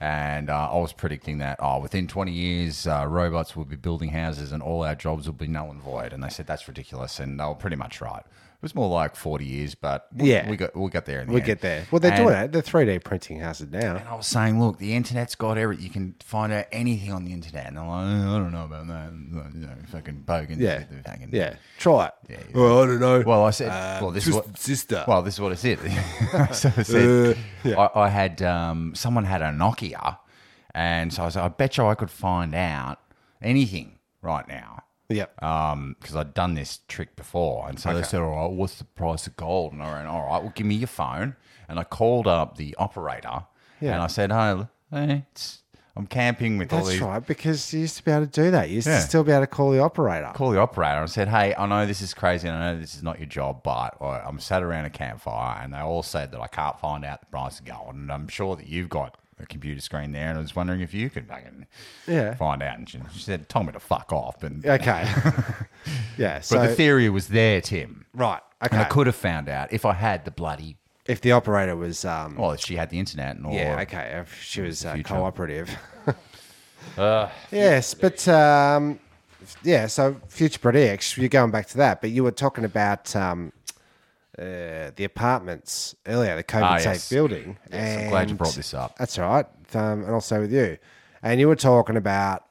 B: And uh, I was predicting that oh, within 20 years, uh, robots will be building houses and all our jobs will be null and void. And they said that's ridiculous, and they were pretty much right. It was more like 40 years, but we,
C: Yeah.
B: we got we got there. In the
C: we
B: end.
C: get there. Well, they're
B: And-
C: doing it. They're three D printing houses now.
B: and I was saying, look, the internet's got everything. You can find out anything on the internet. And I'm like, "Uh, I don't know about that. And, uh, You know, fucking bogan.
C: Yeah,
B: Fucking,
C: yeah. Try it.
B: yeah.
C: Well, I don't know.
B: Well, I said, well, this is
C: twist-
B: what
C: Uh, sister. Uh,
B: Well, this is what I said. so I said, I, I had um, someone had a Nokia, and so I said, I bet you I could find out anything right now
C: yep.
B: because I'd done this trick before. And so they said, all right, what's the price of gold? And I went, all right, well, give me your phone. And I called up the operator
C: Yeah.
B: and I said, hey, hey, it's, I'm camping with all
C: That's
B: these.
C: right, because you used to be able to do that. You used
B: Yeah.
C: to still be able to call the operator.
B: Call the operator and said, hey, I know this is crazy and I know this is not your job, but I- I'm sat around a campfire and they all said that I can't find out the price of gold. And I'm sure that you've got a computer screen there and I was wondering if you could fucking
C: Yeah.
B: find out. And she, she said, told me to fuck off. And,
C: Okay. yeah. So
B: But the theory was there, Tim.
C: right. Okay.
B: And I could have found out if I had the bloody
C: if the operator was, um,
B: Well, if she had the internet and all.
C: yeah, okay, if she was uh,
B: future. Uh,
C: cooperative. yes, but um, yeah. So future predicts. You're going back to that, but you were talking about um, uh, the apartments earlier, the COVID
B: Ah,
C: safe
B: yes.
C: building.
B: Yes, I'm glad you
C: and-
B: brought this up.
C: That's all right, um, and also with you, and you were talking about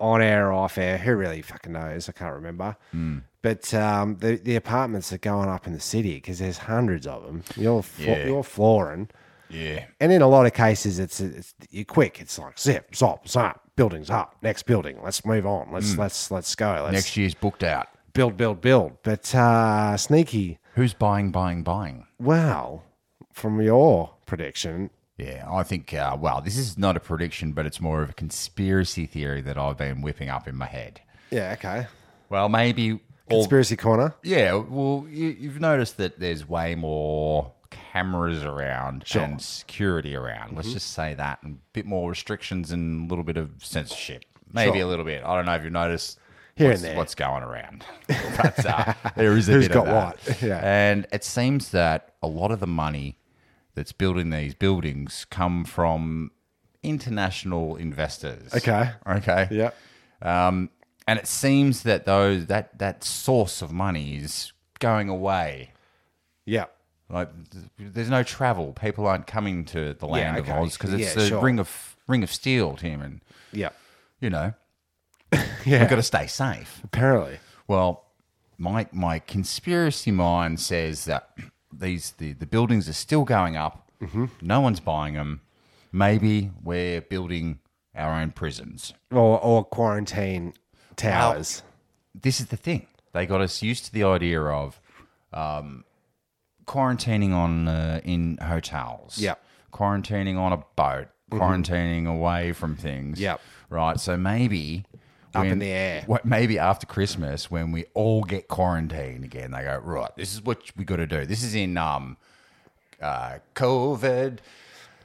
C: on air, off air. Who really fucking knows? I can't remember.
B: Hmm.
C: But um, the the apartments are going up in the city because there's hundreds of them. You're flo-
B: Yeah.
C: you're flooring,
B: Yeah.
C: and in a lot of cases, it's, it's you're quick. It's like zip, zop, zap. Buildings up. Next building. Let's move on. Let's let's let's go. Let's
B: Hmm. Next year's booked out.
C: build, build, build. But uh, sneaky.
B: Who's buying, buying, buying?
C: Wow, from your prediction,
B: Yeah, I think, uh, well, this is not a prediction, but it's more of a conspiracy theory that I've been whipping up in my head.
C: yeah, okay.
B: Well, maybe all
C: Conspiracy corner.
B: Yeah, well, you, you've noticed that there's way more cameras around and security around.
C: Mm-hmm.
B: Let's just say that, and a bit more restrictions and a little bit of censorship. Maybe
C: Sure.
B: a little bit. I don't know if you've noticed
C: Here and
B: what's,
C: there.
B: what's going around. But uh, there is a
C: Who's
B: bit of
C: got
B: that.
C: what? Yeah.
B: And it seems that a lot of the money that's building these buildings come from international investors.
C: Okay.
B: Okay.
C: Yeah.
B: Um, and it seems that though that that source of money is going away.
C: Yeah.
B: Like th- there's no travel. People aren't coming to the land
C: okay.
B: of Oz because it's
C: Yeah,
B: the
C: sure.
B: ring of ring of steel, Tim, and
C: Yeah.
B: you know
C: Yeah.
B: we've got to stay safe.
C: Apparently.
B: Well, my my conspiracy mind says that these the, the buildings are still going up.
C: Mm-hmm.
B: No one's buying them. Maybe we're building our own prisons.
C: Or, or quarantine towers.
B: this is the thing. They got us used to the idea of um, quarantining on uh, in hotels.
C: Yep. Mm-hmm.
B: Quarantining on a boat. Quarantining away from things.
C: Yep.
B: Right. So maybe.
C: Up in the air.
B: What, maybe after Christmas, when we all get quarantined again, they go right. This is what we got to do. This is in um, uh, COVID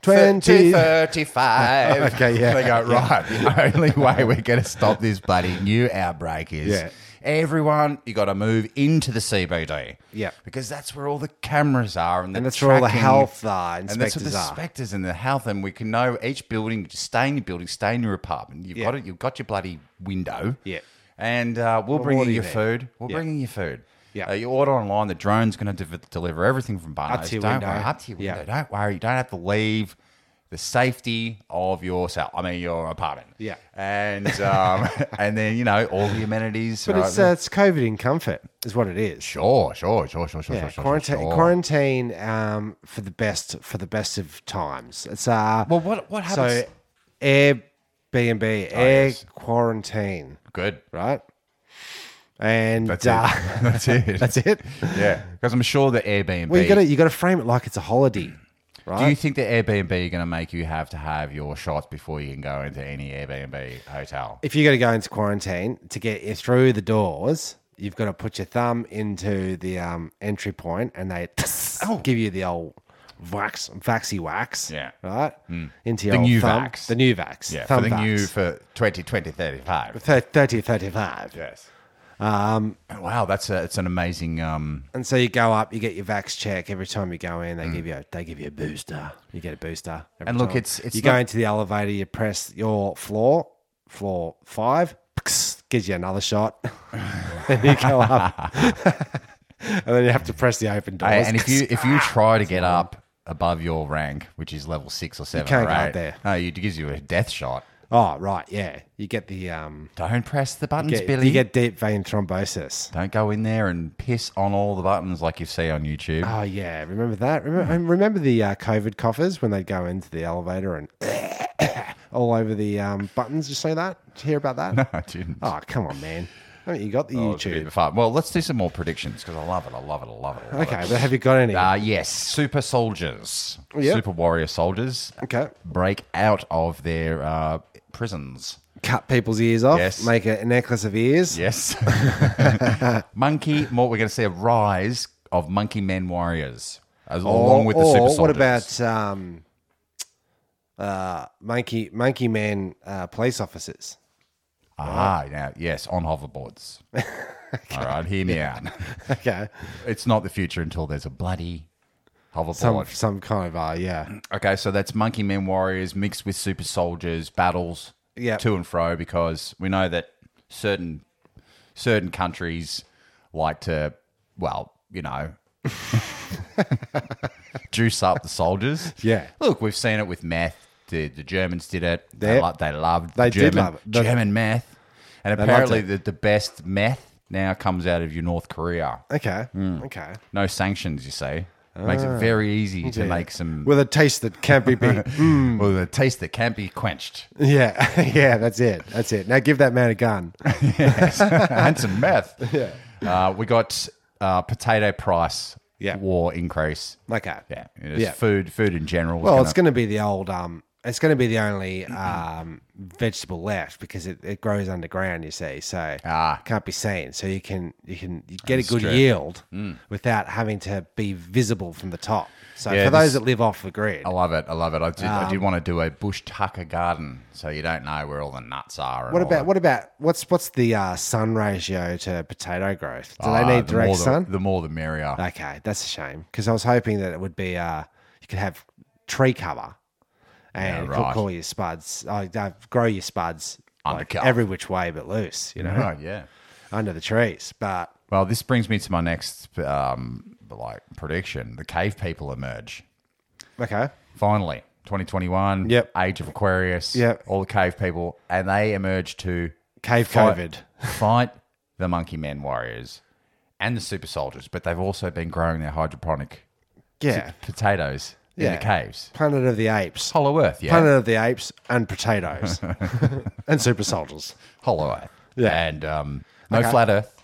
C: 20.
B: 35.
C: Okay, yeah.
B: They go, right, the only way we're going to stop this bloody new outbreak is
C: Yeah.
B: everyone, you got to move into the CBD.
C: Yeah.
B: Because that's where all the cameras are and, the
C: And that's where all the
B: tracking-
C: health, uh,
B: And that's where
C: inspectors
B: the
C: are.
B: inspectors and the health, and we can know each building, just stay in your building, stay in your apartment. You've
C: Yeah.
B: got it, you've got your bloody window.
C: Yeah.
B: And uh, we'll bring
C: what
B: in
C: do you
B: your
C: need?
B: food. We'll
C: Yeah.
B: bring in your food.
C: Yeah.
B: Uh, you order online, the drone's going to deliver everything from Barney's.
C: Up to your
B: Don't
C: window.
B: worry, up to your
C: Yeah.
B: window. Don't worry, you don't have to leave the safety of your cell. I mean, your apartment.
C: Yeah.
B: and um, and then you know all the amenities.
C: But
B: right?
C: it's, uh, it's COVID in comfort, is what it is.
B: sure, sure, sure, sure, sure,
C: Yeah,
B: sure, sure,
C: quarantine,
B: sure.
C: quarantine um, for the best for the best of times. It's uh,
B: Well, what what happens? Oh,
C: so Airbnb, air
B: yes.
C: quarantine,
B: Good.
C: right? And
B: That's
C: uh,
B: it. That's it.
C: that's it.
B: Yeah, because I'm sure that Airbnb.
C: Well, you got to you got to frame it like it's a holiday,
B: do you
C: right?
B: think that Airbnb are going to make you have to have your shots before you can go into any Airbnb hotel?
C: if you got to go into quarantine to get in through the doors, you've got to put your thumb into the um, entry point, and they give you the old wax, vaxy wax,
B: Yeah. Hmm.
C: right into your
B: The
C: old
B: new
C: thumb,
B: vax.
C: the new vax,
B: Yeah,
C: thumb
B: for the
C: vax.
B: new for 20, 20, 35.
C: Thir- 30 35
B: Yes. Um, wow, that's a, it's an amazing. Um,
C: and so you go up you get your vax check every time you go in they give you a, they give you a booster you get a booster every
B: Mm. And look,
C: time.
B: it's- it's
C: you go
B: not-
C: into the elevator you press your floor floor 5 gives you another shot then you go up and then you have to press the open doors
B: and if you if you try to get up above your rank, which is level six or seven,
C: can't
B: or
C: go up
B: eight,
C: there.
B: No, it gives you a death shot.
C: oh right yeah you get the um
B: Don't press the buttons,
C: get,
B: Billy.
C: you get deep vein thrombosis
B: Don't go in there and piss on all the buttons like you see on YouTube.
C: Oh yeah, remember that? Remember,
B: Hmm.
C: and remember the uh, COVID coffers when they'd go into the elevator and all over the um, buttons. You see that? Did you hear about that?
B: I didn't.
C: oh come on, man! I mean, you got the
B: That was Oh, a bit
C: YouTube.
B: of fun. Well, let's do some more predictions because I love it. I love it. I love it. I love
C: Okay,
B: It.
C: but have you got any?
B: Uh, yes, super soldiers,
C: Yep.
B: super warrior soldiers
C: okay,
B: break out of their uh, prisons.
C: cut people's ears off.
B: Yes.
C: Make a necklace of ears.
B: Yes. monkey, more, we're going to see a rise of monkey men warriors as,
C: Or-
B: along with the
C: or
B: super soldiers.
C: Oh, what about um, uh, monkey monkey man uh, police officers?
B: Ah, now, yes, on hoverboards. All right, hear me out.
C: Okay,
B: It's not the future until there's a bloody hoverboard.
C: some some kind of uh, yeah.
B: Okay, so that's monkey men warriors mixed with super soldiers, battles
C: Yep.
B: to and fro because we know that certain certain countries like to well, you know juice up the soldiers.
C: Yeah.
B: Look, we've seen it with meth. The, the Germans did it. They,
C: Yep.
B: lo- they loved
C: They did
B: German,
C: love it. They-
B: German meth. And
C: loved
B: apparently
C: it.
B: the, the best meth now comes out of your North Korea.
C: Okay,
B: Hmm.
C: okay.
B: No sanctions, you see. Makes
C: Ah,
B: it very easy to make some
C: With a taste that can't be beat. Mm. Hmm.
B: Well, the taste that can't be quenched.
C: Yeah, yeah, that's it. That's it. Now give that man a gun.
B: and some meth. Yeah. Uh, we got uh, potato price
C: Yeah.
B: war increase.
C: Okay.
B: Yeah. It is
C: Yeah.
B: Food, food in general. is
C: Well,
B: gonna-
C: it's going to be the old um, it's going to be the only um, vegetable left because it, it grows underground. You see, so
B: Ah.
C: can't be seen. So you can you can you get a good
B: true. Hmm.
C: yield without having to be visible from the top. So
B: Yeah,
C: for those
B: this-
C: that live off the grid,
B: I love it. I love it. I did,
C: Ah.
B: I did want to do a bush tucker garden so you don't know where all the nuts are. And
C: what
B: all
C: about
B: that.
C: what about what's what's the uh, sun ratio to potato growth? Do
B: Ah,
C: they need
B: the
C: direct
B: more the-
C: sun?
B: The, more the merrier.
C: Okay, that's a shame because I was hoping that it would be uh, you could have tree cover and
B: Yeah,
C: call-
B: right.
C: call your spuds, uh, uh, grow your spuds like,
B: Undercover.
C: every which way but loose, you know,
B: Right, yeah.
C: under the trees. But
B: Well, this brings me to my next um, like prediction. The cave people emerge.
C: okay,
B: Finally, 2021.
C: Yep.
B: Age of Aquarius.
C: Yep.
B: All the cave people, and they emerge to
C: cave
B: fight-
C: COVID.
B: fight the monkey men warriors and the super soldiers. But they've also been growing their hydroponic
C: Yeah,
B: potatoes in
C: Yeah.
B: the caves.
C: Planet of the Apes,
B: Hollow Earth, yeah.
C: Planet of the Apes, and potatoes and super soldiers.
B: Hollow Earth.
C: Yeah.
B: And um, no flat Earth.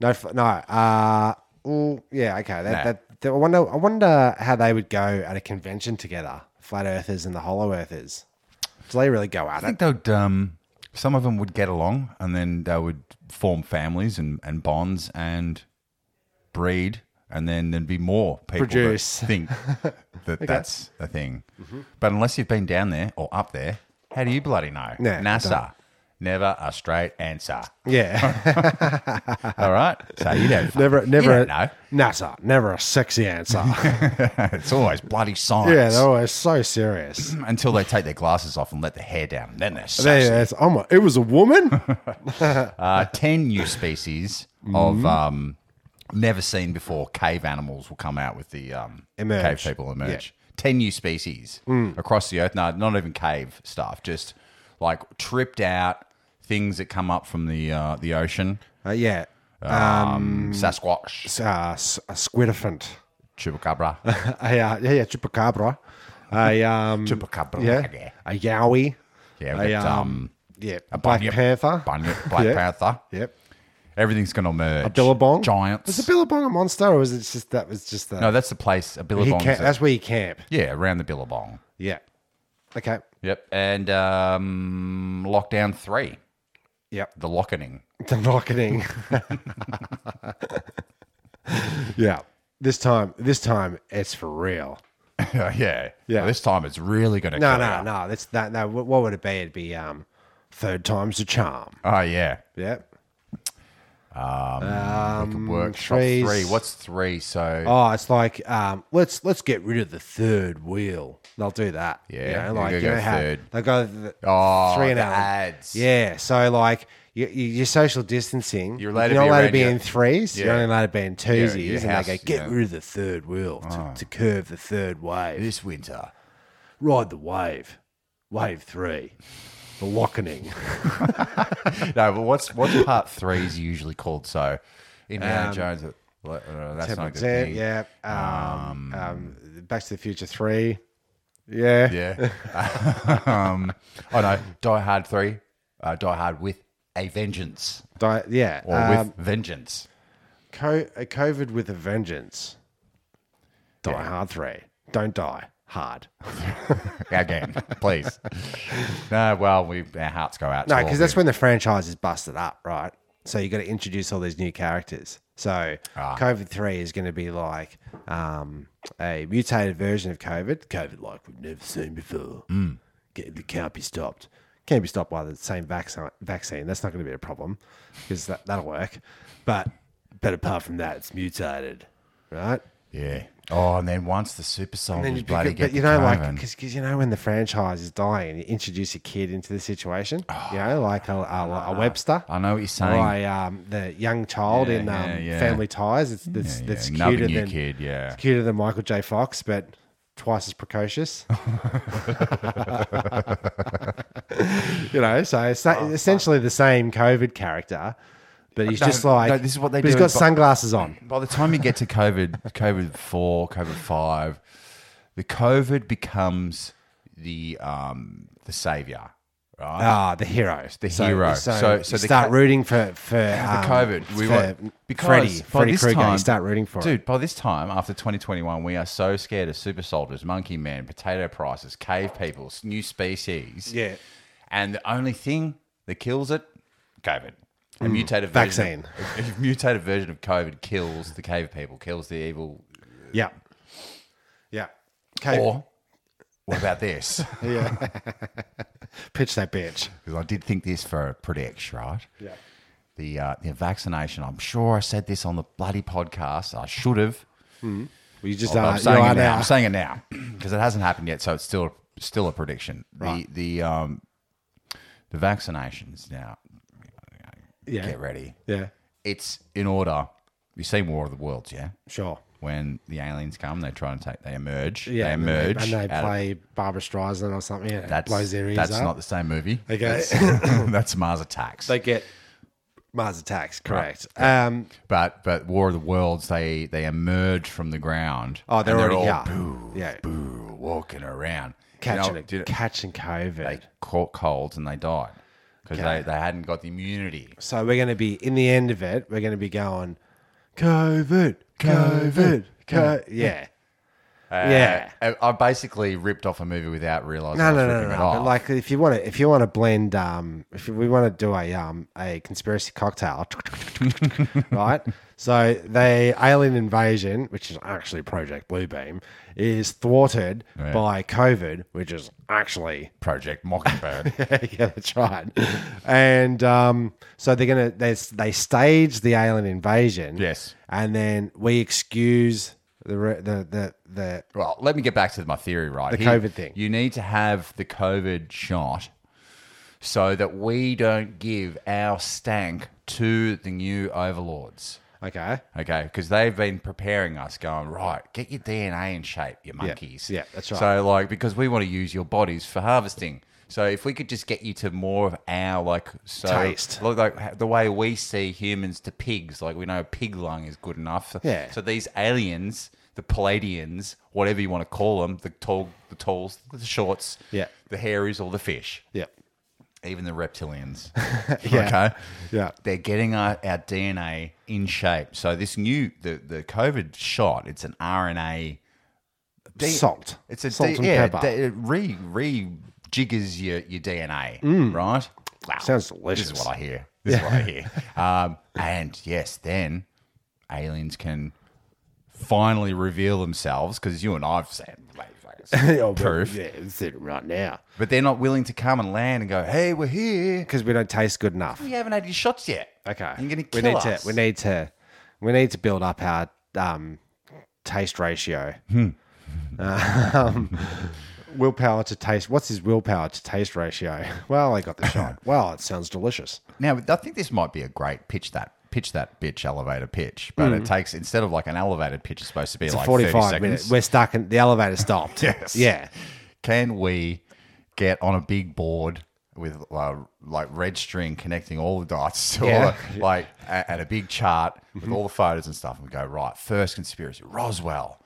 C: No, f- no. Uh, ooh, yeah, okay. That,
B: No.
C: that, that- I wonder. I wonder how they would go at a convention together. Flat Earthers and the Hollow Earthers. Do they really go at
B: I
C: it?
B: think they'd um, some of them would get along, and then they would form families and, and bonds and breed, and then there'd be more people
C: Produce.
B: that think that that's a thing. But unless you've been down there or up there, how do you bloody know?
C: No, I
B: NASA. Never a straight answer.
C: Yeah,
B: All right, so you don't
C: never,
B: fucking-
C: never.
B: You don't know.
C: NASA, never a sexy answer.
B: It's always bloody
C: yeah,
B: science
C: they're always so serious.
B: until they take their glasses off and let their hair down. Then they're
C: They-
B: sexy.
C: it's- I'm a- it was a woman.
B: uh, 10 new species
C: Mm-hmm.
B: of um, never seen before cave animals will come out with the um,
C: Emerge. Mm.
B: cave people emerge. 10 new species across the earth. No, not even cave stuff, just like tripped out things that come up from the uh, the ocean.
C: Uh, yeah, Mm.
B: Um, Sasquatch,
C: s- uh, s- a squidophant.
B: chupacabra,
C: A, uh, yeah, yeah, chupacabra. A um,
B: Chupacabra,
C: Yeah,
B: yeah.
C: a yowie.
B: Yeah,
C: a,
B: we've got, um,
C: yeah,
B: a
C: black
B: bunyip,
C: panther.
B: bunyip, black
C: Yeah.
B: panther.
C: Yep.
B: Everything's going to emerge. A
C: Billabong?
B: giants.
C: Is the Billabong a monster, or is it just that was just the
B: no, that's the place. A
C: he
B: billabong.
C: camp, that's where you camp?
B: yeah, around the billabong.
C: Yeah. Okay.
B: Yep. And um, lockdown three,
C: Yep.
B: the lockening.
C: The marketing. yeah. This time, this time it's for real.
B: yeah.
C: Yeah.
B: Well, this time it's really going to
C: No, no, no. That's that. No. wh- What would it be? It'd be um, third time's the charm.
B: Oh, yeah.
C: Yep.
B: Um, we could work
C: trees.
B: three. What's three? So,
C: Mm, Oh, it's like um, let's let's get rid of the third wheel. They'll do that.
B: Yeah,
C: You know,
B: you
C: like
B: gotta
C: you
B: go
C: know how
B: third.
C: they go the,
B: Oh,
C: three and
B: the
C: a-
B: ads.
C: Yeah, so like you, you, your social distancing,
B: You're allowed to
C: not
B: be
C: allowed to
B: around
C: be
B: your-
C: in threes.
B: Yeah.
C: You're only allowed to be in
B: your
C: twosies, and
B: house,
C: they go get
B: yeah. Oh.
C: rid of the third wheel to, to curve the third wave.
B: this winter.
C: Ride the wave, wave three, the lockening.
B: No, but what's what's part three is usually called? So, Indiana Jones, uh, uh, that's not a good thing.
C: Um, yeah. Um, um, Back to the Future three. Yeah.
B: Yeah. um, oh, no. Die Hard three. Uh, Die Hard with a vengeance
C: Di- yeah.
B: or
C: um,
B: with vengeance.
C: Co- uh, COVID with a vengeance. Die Hard 3. Don't die hard.
B: Again, please. No, well, we our hearts go out. to
C: No,
B: all
C: because
B: the-
C: that's when the franchise is busted up, right? So you got to introduce all these new characters. So
B: Ah.
C: COVID 3 is going to be like um, a mutated version of COVID. COVID like we've never seen before.
B: Mm.
C: Get- It can't be stopped. Can't be stopped by the same vaccine. vaccine. That's not going to be a problem because that, that'll work. But, but apart from that, it's mutated, right?
B: Yeah. Oh, and then once the super soldiers
C: And then you
B: bloody
C: pick it,
B: get
C: but you
B: the
C: know, like,
B: COVID.
C: because you know when the franchise is dying, you introduce a kid into the situation. you
B: Ah.
C: know, like a, a, a Webster
B: I know what you're saying.
C: or a, um, the young child
B: Yeah,
C: in um,
B: yeah, yeah.
C: Family Ties. It's that's,
B: yeah,
C: that's
B: another
C: cuter
B: new
C: than
B: kid, yeah.
C: it's cuter than Michael J. Fox, but twice as precocious. you know, so it's not- essentially the same COVID character. But he's
B: Oh, No,
C: just like
B: no, this is what they
C: but He's
B: do
C: got
B: in bo-
C: sunglasses on.
B: By the time you get to COVID, COVID four, COVID five, the COVID becomes the um the savior right?
C: Ah, the heroes. The
B: hero.
C: So,
B: So-
C: you
B: so the
C: start
B: co-
C: rooting for for um,
B: the COVID. We
C: for
B: want because
C: Freddy.
B: by
C: Freddy
B: this
C: Krueger.
B: time,
C: you start rooting for
B: dude.
C: it.
B: By this time, after 2021, we are so scared of super soldiers, monkey man, potato prices, cave people, s- new species.
C: Yeah.
B: and the only thing that kills it, COVID. A mutated
C: Mm. Vaccine.
B: Version of, a mutated version of COVID kills the cave people, kills the evil.
C: Yeah. Yeah. Okay.
B: Or what about this?
C: Pitch that bitch.
B: Because I did think this for Predix, right?
C: Yeah.
B: the uh, the vaccination. I'm sure I said this on the bloody podcast. I should have.
C: Well, you just
B: But
C: are,
B: I'm saying
C: you are
B: it now.
C: now.
B: I'm saying it now because it hasn't happened yet. So it's still still a prediction.
C: Right.
B: The the um the vaccinations now.
C: Yeah.
B: Get ready.
C: Yeah.
B: It's in order. You've seen War of the Worlds, yeah?
C: Sure.
B: When the aliens come, they try and take. They emerge.
C: Yeah.
B: they
C: and then
B: emerge.
C: They, and they
B: out of-
C: play Barbara Streisand or something. Yeah. That
B: that's
C: blows their ears
B: that's
C: up.
B: not the same movie.
C: Okay.
B: That's, that's Mars Attacks.
C: they get Mars attacks. Correct. Um,
B: But but War of the Worlds, they they emerge from the ground.
C: oh, they're
B: and
C: already
B: all
C: here.
B: Boo,
C: yeah.
B: boo, walking around, You
C: Catching
B: know,
C: it.
B: did it-
C: Catching COVID.
B: They caught colds and they died because
C: Okay.
B: they, they hadn't got the immunity.
C: So we're going to be in the end of it. We're going to be going COVID, COVID, COVID. Yeah. yeah.
B: Uh, I I basically ripped off a movie without realizing. I
C: No,
B: was
C: no, no, no.
B: ripping
C: no.
B: It off.
C: But like, if you want to, if you want to blend, um, if we want to do a um a conspiracy cocktail, right? So the alien invasion, which is actually Project Bluebeam, is thwarted by COVID, which is actually
B: Project Mockingbird.
C: yeah, that's right. And um, so they're gonna they they stage the alien invasion.
B: Yes.
C: and then we excuse the re- the the the
B: well, let me get back to my theory, right?
C: The COVID thing.
B: You need to have the COVID shot so that we don't give our stank to the new overlords.
C: okay.
B: Okay, because they've been preparing us, going right. Get your DNA in shape, you monkeys.
C: yeah, that's right.
B: So, like, because we want to use your bodies for harvesting. So, if we could just get you to more of our like so,
C: Taste.
B: like, like ha- the way we see humans to pigs. Like, we know a pig lung is good enough.
C: Yeah.
B: So these aliens, the Palladians, whatever you want to call them, the tall, the talls, the shorts,
C: Yeah.
B: the hairies, or the fish,
C: Yeah,
B: even the reptilians.
C: Yeah.
B: Okay
C: yeah.
B: they're getting our, our DNA in shape. So this new the the COVID shot, it's an RNA.
C: Salt.
B: It's a
C: salt
B: D-
C: and
B: yeah,
C: pepper.
B: d- it re re jiggers your your DNA,
C: Mm.
B: right? Wow,
C: Sounds
B: This
C: delicious.
B: is what I hear. This is what I hear. Um, and yes, then aliens can finally reveal themselves because you and I've said. like, like,
C: Yeah, but-
B: Proof.
C: Yeah, it's it right now
B: But they're not willing to come and land and go, "Hey, we're here."
C: because we don't taste good enough.
B: We haven't had your shots yet.
C: Okay,
B: you're gonna
C: we
B: kill
C: need
B: us.
C: to we need to we need to build up our um, taste ratio.
B: Hmm.
C: um, willpower to taste. What's his willpower to taste ratio? Well, I got the shot. Well, it sounds delicious.
B: Now, I think this might be a great pitch that pitch that bitch elevator pitch, but it takes instead of like an elevated pitch, it's supposed to be like forty five
C: Mm. Forty-five
B: seconds.
C: minutes. We're stuck in the elevator stopped.
B: Yes.
C: Yeah.
B: Can we get on a big board with uh, like red string connecting all the dots, to all
C: Yeah. Mm-hmm.
B: the- like a- and a big chart with all the photos and stuff, and we go right first conspiracy Roswell,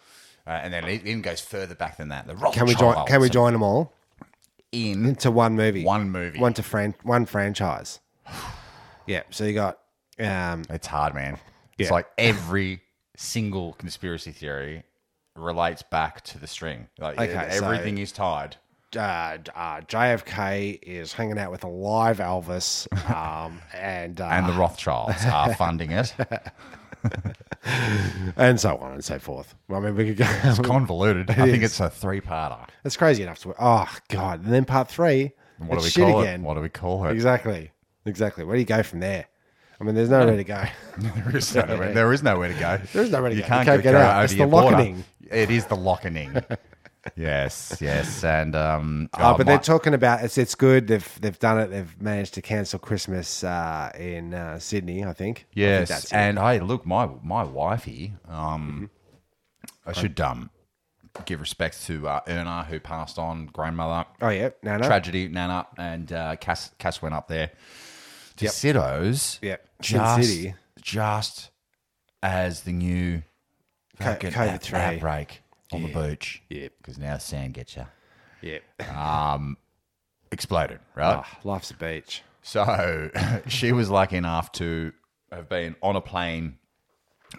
B: uh, and then it even goes further back than that. The Rothschilds
C: Can we join? Can we join them all
B: in
C: into one movie?
B: one movie?
C: One to fran- one franchise. Yeah. So you got um,
B: It's hard, man. It's
C: Yeah.
B: like every single conspiracy theory relates back to the string. Like
C: Okay,
B: e-
C: so-
B: everything is tied.
C: uh, uh, JFK is hanging out with a live Elvis, um, and, uh,
B: And
C: and
B: the Rothschilds are funding it.
C: so on and so forth. Well, I mean, we could go.
B: It's convoluted. I think it's a three-parter.
C: it's crazy enough to. Oh God! And then part three.
B: What
C: it's
B: do we
C: shit
B: call
C: again.
B: it? What do we call it?
C: Exactly. Exactly. Where do you go from there? I mean, there's nowhere to go. Uh,
B: There is nowhere, there is nowhere to go.
C: There is nowhere to
B: you
C: go. You
B: Can't
C: can't
B: go
C: get out.
B: Over
C: It's
B: your
C: the
B: border.
C: lockening.
B: It is the lockening. yes, yes, and um.
C: Oh,
B: oh,
C: but
B: my-
C: they're talking about it's it's good. They've they've done it. They've managed to cancel Christmas uh, in uh, Sydney, I think. I think
B: Yes,
C: that's it.
B: and hey, look, my my wifey, um,
C: Mm-hmm.
B: I should um give respect to uh, Erna who passed on, grandmother,
C: oh yeah, no, no,
B: tragedy, Nana, and uh, Cass. Cass went up there to Siddo's.
C: Yep. Sin
B: just
C: City.
B: just as the new
C: Co-
B: fucking
C: COVID
B: out-
C: three.
B: outbreak on the beach.
C: Yep.
B: because now sand gets you.
C: yeah.
B: exploded, right?
C: Ah, life's a beach.
B: So she was lucky enough to have been on a plane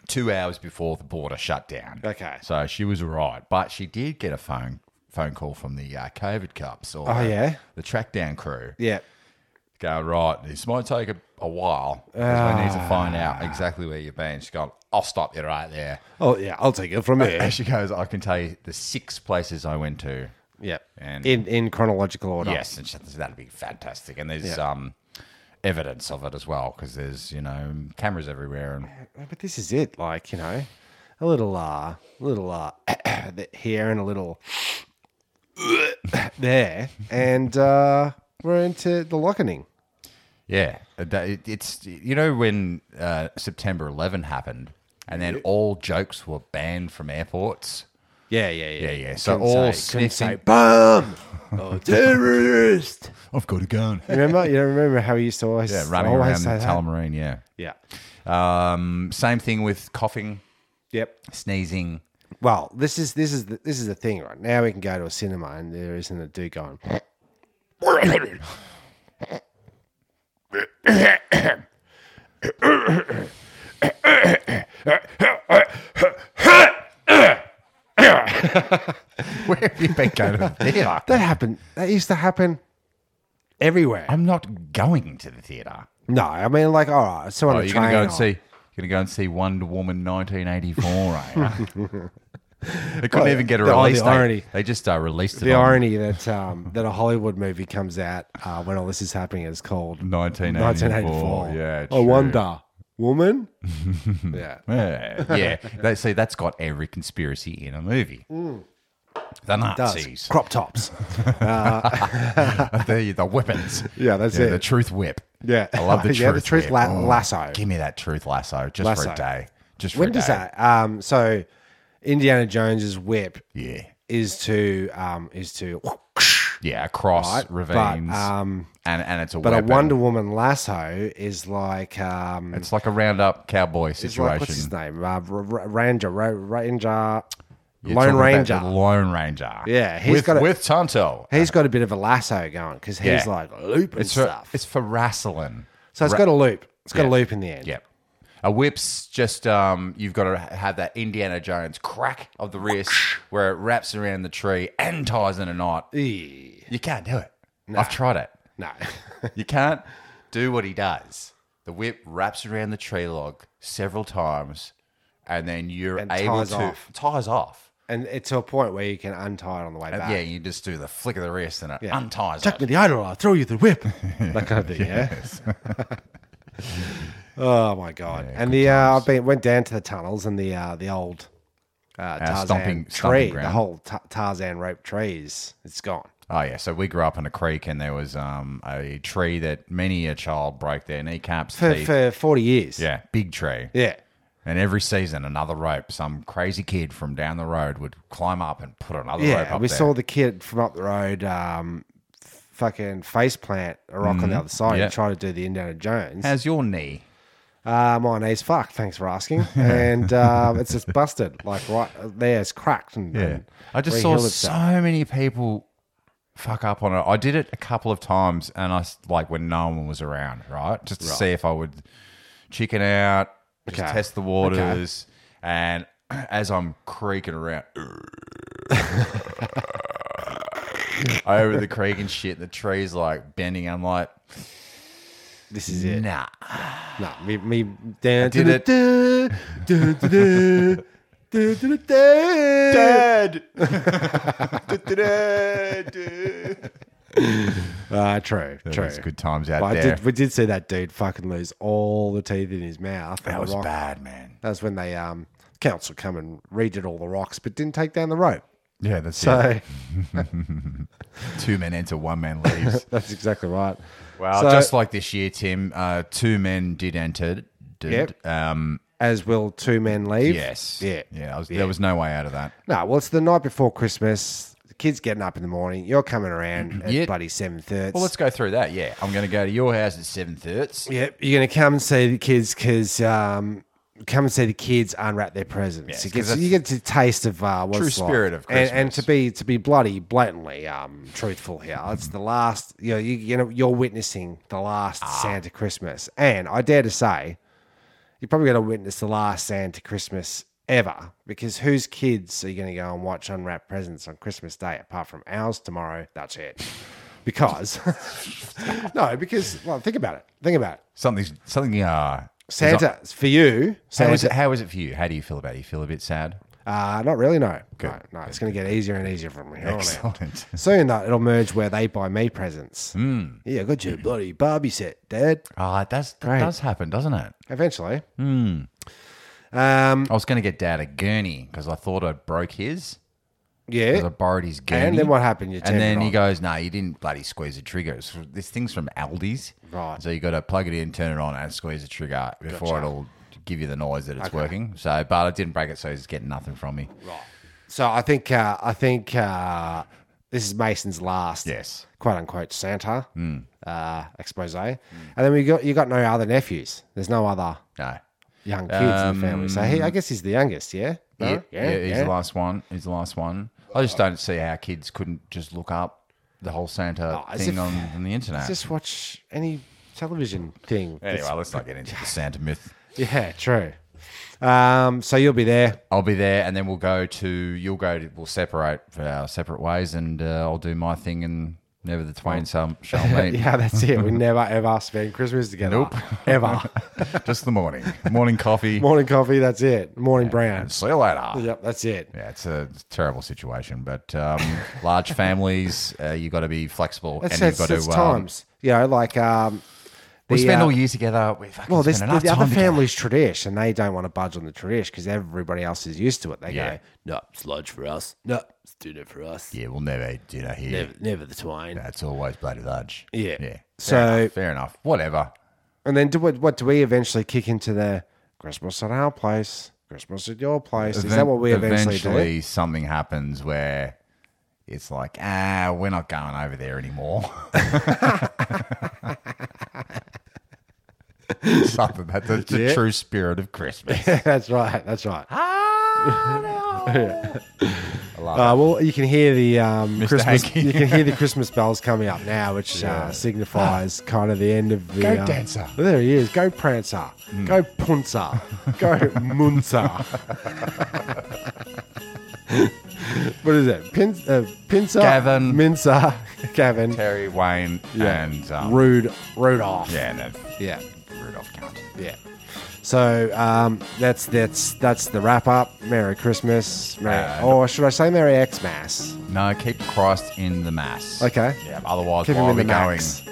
B: two hours before the border shut down.
C: Okay.
B: So she was all right. But she did get a phone phone call from the uh, COVID cups or
C: Oh,
B: the,
C: yeah?
B: the track down crew
C: Yeah.
B: going, right, this might take a, a while because we need to find
C: Ah.
B: out exactly where you've been. She's gone, I'll stop you right there.
C: Oh yeah, I'll take it from here.
B: And she goes, I can tell you the six places I went to.
C: yeah.
B: And-
C: in in chronological order.
B: Yes, and she says, that'd be fantastic. And there's um, evidence of it as well because there's, you know, cameras everywhere and
C: But this is it, like, you know, a little uh little uh th- here and a little there. And uh we're into the lockening.
B: Yeah, that- it- it's you know when uh, September 11 happened, and then all jokes were banned from airports.
C: Yeah, yeah, yeah.
B: Yeah, yeah. So
C: Couldn't
B: all
C: say- couldn't say
B: sniffing.
C: bomb oh terrorist.
B: I've got a gun.
C: Remember? You don't remember how you used to always
B: Yeah, running
C: always
B: around
C: say
B: the
C: that?
B: Tullamarine. Yeah.
C: Yeah.
B: Um, same thing with coughing,
C: Yep.
B: sneezing.
C: Well, this is this is the, this is the thing, right? Now we can go to a cinema and there isn't a dude going.
B: Where have you been going to the theater?
C: That happened. That used to happen everywhere.
B: I'm not going to the theater.
C: no, I mean like, all right, so on
B: Oh,
C: the
B: you're
C: train.
B: gonna go
C: or-
B: and see. You're gonna go and see Wonder Woman 1984. eh? they couldn't even get a
C: the- oh, the
B: release date.
C: irony.
B: They just uh, released it
C: the
B: on
C: irony that um, that a Hollywood movie comes out uh, when all this is happening is called
B: 1984.
C: 1984.
B: Yeah,
C: I
B: true.
C: Oh, wonder, woman. yeah.
B: Yeah, yeah. They see that's got every conspiracy in a movie. The
C: Mm. Does.
B: Nazis,
C: Crop tops.
B: the, the weapons.
C: Yeah, that's it.
B: The truth whip.
C: Yeah.
B: I love the truth.
C: Yeah, the truth
B: whip. Oh,
C: la- lasso.
B: Give me that truth lasso just for
C: Lasso.
B: a day. Just for
C: when
B: a
C: does
B: day.
C: that? Um, so, Indiana Jones's whip
B: Yeah,
C: is to um, is to,
B: yeah. Across
C: Right, but,
B: ravines,
C: um,
B: and and it's a
C: but
B: weapon.
C: a Wonder Woman lasso is like um,
B: It's like a roundup cowboy
C: It's like,
B: situation.
C: what's his name? Uh, R- R- Ranger, Ra- Ranger,
B: You're talking
C: Lone
B: about the
C: Ranger.
B: Lone Ranger.
C: Yeah, he's
B: with,
C: got a-
B: with Tonto.
C: he's got a bit of a lasso going because he's
B: Yeah.
C: like loop and
B: It's for,
C: stuff.
B: it's for wrestling.
C: so it's got a loop. It's got
B: Yeah.
C: a loop in the end.
B: Yep. A whip's just um, you've got to have that Indiana Jones crack of the wrist where it wraps around the tree and ties in a knot.
C: Yeah.
B: You can't do it. I've tried it.
C: No.
B: You can't do what he does. The whip wraps around the tree log several times, and then you're
C: And
B: able
C: ties
B: to
C: off.
B: ties off.
C: and it's to a point where you can untie it on the way
B: And
C: back.
B: yeah, you just do the flick of the wrist and it
C: Yeah.
B: unties
C: Chuck
B: it.
C: me the idol, I'll throw you the whip. that kind of thing, yeah. oh my god! and the uh, I been, went down to the tunnels and the uh, the old uh, Tarzan
B: stomping-
C: tree,
B: stomping
C: the
B: ground.
C: whole ta- Tarzan rope trees, it's gone.
B: Oh yeah, so we grew up in a creek, and there was um, a tree that many a child broke their kneecaps,
C: for,
B: teeth.
C: for 40 years.
B: yeah, big tree.
C: Yeah.
B: And every season, another rope. Some crazy kid from down the road would climb up and put another rope
C: Yeah.
B: up
C: We
B: there.
C: saw the kid from up the road um, f- fucking face plant a rock on the other side
B: Mm-hmm. Yeah.
C: and try to do the Indiana Jones.
B: How's your knee?
C: Uh, my knee's fucked. Thanks for asking. And um, it's just busted. Like right there, it's cracked. And, and
B: I just saw
C: rehealed
B: so
C: itself.
B: many people fuck up on it. I did it a couple of times, and I s- like when no one was around, right? Just to see if I would chicken out, just
C: Okay.
B: test the waters, and as I'm creaking around. Over the creek and shit, and the tree's like bending. I'm like,
C: This is it.
B: nah.
C: No, me, me down
B: did it. Dad.
C: Uh, true, true.
B: There's good times out
C: But I
B: there.
C: did, we did see that dude fucking lose all the teeth in his mouth.
B: that
C: and
B: was
C: rock-
B: bad, man.
C: That was when they um council come and redid all the rocks, but didn't take down the rope.
B: Yeah, that's
C: So
B: it. Two men enter, one man leaves.
C: that's exactly right.
B: Well,
C: So-
B: just like this year, Tim, uh, two men did enter. Did,
C: Yep.
B: Um,
C: As will two men leave.
B: yes.
C: Yeah.
B: Yeah, I was, There was no way out of that.
C: No, well, it's the night before Christmas. The kids getting up in the morning. You're coming around at
B: Yeah.
C: bloody seven thirty.
B: Well, let's go through that. Yeah, I'm going to go to your house at seven thirds.
C: Yep, you're going to come and see the kids because um, come and see the kids unwrap their presents.
B: Yes,
C: you,
B: 'cause
C: get,
B: that's
C: you get to taste of uh, what
B: true
C: it's like.
B: spirit of
C: And- And, to
B: Christmas.
C: be to be bloody blatantly um, truthful here, it's the last. You know, you, you know, you're witnessing the last
B: Ah.
C: Santa Christmas, and I dare to say, you're probably going to witness the last Santa Christmas ever. Because whose kids are you going to go and watch unwrap presents on Christmas Day apart from ours tomorrow? That's it. Because no, because well, think about it. Think about it.
B: Something's something. Uh, is on-
C: Santa for you.
B: How is,
C: Santa
B: it, how is it for you? How do you feel about it? You feel a bit sad?
C: Uh, not really, no. No, no it's going to get easier and easier from here on out.
B: Excellent.
C: Soon though, it'll merge where they buy me presents.
B: Hmm.
C: Mm. Yeah, I got you a bloody Barbie set, Dad.
B: Ah, that's, that
C: Great.
B: does happen, doesn't it?
C: Eventually.
B: Hmm.
C: Um,
B: I was going to get Dad a gurney because I thought I broke his. Because I
C: yeah.
B: borrowed his gurney.
C: And then what happened? You
B: And
C: turned
B: then
C: it
B: he
C: on.
B: goes, "No, you didn't bloody squeeze the trigger. It's, this thing's from Aldi's,
C: Right.
B: So you got to plug it in, turn it on, and squeeze the trigger before
C: Gotcha.
B: it'll give you the noise that it's working." So, but I didn't break it, so he's getting nothing from me.
C: So I think uh, I think uh, this is Mason's last,
B: Yes. Hmm.
C: quote unquote Santa uh, expose. And then we got you got no other nephews. There's no other
B: No.
C: young kids in the family. So he, I guess he's the youngest. Yeah. No?
B: Um, he's the last one. He's the last one. I just don't see how kids couldn't just look up the whole Santa
C: Oh, as
B: thing
C: if-
B: on, on the internet.
C: Just watch any television thing.
B: anyway, let's not get into the Santa myth.
C: Yeah, true. Um, so you'll be there.
B: I'll be there, and then we'll go to you'll go. To, we'll separate for our separate ways, and uh, I'll do my thing, and never the twain shall shall meet.
C: Oh. Yeah, that's it. We never ever spend Christmas together.
B: Nope.
C: Ever.
B: Just the morning, morning coffee.
C: Morning coffee, that's it. Morning brown.
B: See you later.
C: Yep, that's it.
B: Yeah, it's a terrible situation, but um, large families, uh, you got to be flexible,
C: That's,
B: and you've
C: that's,
B: got
C: that's
B: to. Um,
C: times. You know, like um
B: we
C: the,
B: spend
C: uh,
B: all year together. We fucking
C: well, this,
B: spend
C: the,
B: enough
C: the
B: time
C: other
B: together.
C: family's tradish, and they don't want to budge on the tradish because everybody else is used to it. They
B: Yeah.
C: go, no, it's lunch for us. No, it's dinner for us.
B: Yeah, we'll never eat dinner here.
C: Never, never the twine.
B: That's always bloody lunch.
C: Yeah.
B: yeah.
C: So-
B: fair enough, fair enough. Whatever.
C: And then do what? What do we eventually kick into the Christmas at our place? Christmas at your place? Is that
B: Even-
C: what we eventually, do?
B: eventually something happens where it's like, ah, we're not going over there anymore. something that- that's the
C: Yeah.
B: true spirit of Christmas.
C: that's right. That's right.
B: ah, no.
C: Uh, well, you can hear the um,
B: Mr.
C: Christmas.
B: Hankey.
C: You can hear the Christmas bells coming up now, which uh, signifies kind of the end of the.
B: Go
C: uh,
B: Dancer. Mm.
C: There he is. Go Prancer. Go Punzer. Go Munzer. what is it? Pin, uh, Pincer.
B: Gavin.
C: Mincer. Gavin.
B: Terry Wayne
C: yeah.
B: and um,
C: Rude. Rudolph.
B: Yeah, no,
C: Yeah.
B: Rudolph count.
C: Yeah. So um, that's that's that's the wrap up. Merry Christmas, Merry,
B: Uh,
C: or should I say Merry Xmas?
B: No, keep Christ in the mass.
C: Okay.
B: Yeah. Otherwise,
C: Keep
B: why
C: him
B: are
C: in
B: we
C: the
B: going
C: max.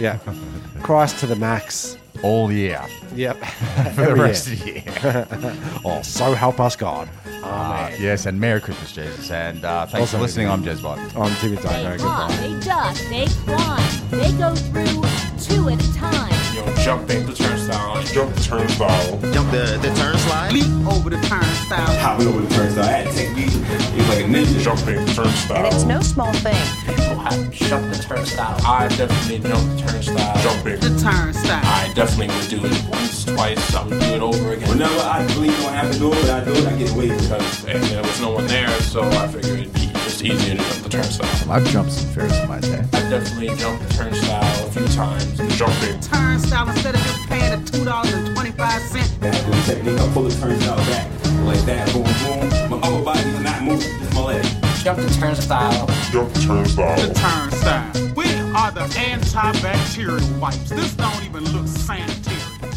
C: Yeah, Christ to the max.
B: all year
C: Yep.
B: for the
C: Every
B: rest
C: year.
B: of the year?
C: Oh, so help us God.
B: Uh, yes, and Merry Christmas, Jesus, and uh, thanks
C: Also-
B: for listening. I'm Jez Bond.
C: I'm Timmy Dino.
E: They
C: Goodbye.
E: walk, they dodge, they climb, they go through two at a time.
F: You know, jump the turnstile. Jump the turnstile.
G: Jump the, the turn slide. Leap over the turnstile.
F: Hopping over the turnstile. I had to take me. It was like a ninja. Jumping the turnstile.
H: And it's no small thing.
I: Jump the turnstile.
F: I definitely jumped the turnstile. Jumping.
G: The turnstile.
F: I definitely would do it once, twice. I would do it over again. Whenever I really don't have to do it, but I do it, I get away with it. Because and there was no one there, so I figured it'd be just easier to jump the turnstile.
B: I've jumped some ferrets in my day.
F: I definitely jumped the turnstile a few times. Jumping.
G: Turnstile instead of just paying the two dollars and twenty five cent.
F: That little technique, I pull the turnstile back. Like that, boom, boom. My upper body is not moving, just my leg.
I: Jump the turnstile.
D: Jump the turnstile.
G: The turnstile. We are the antibacterial wipes. This don't even look sanitary.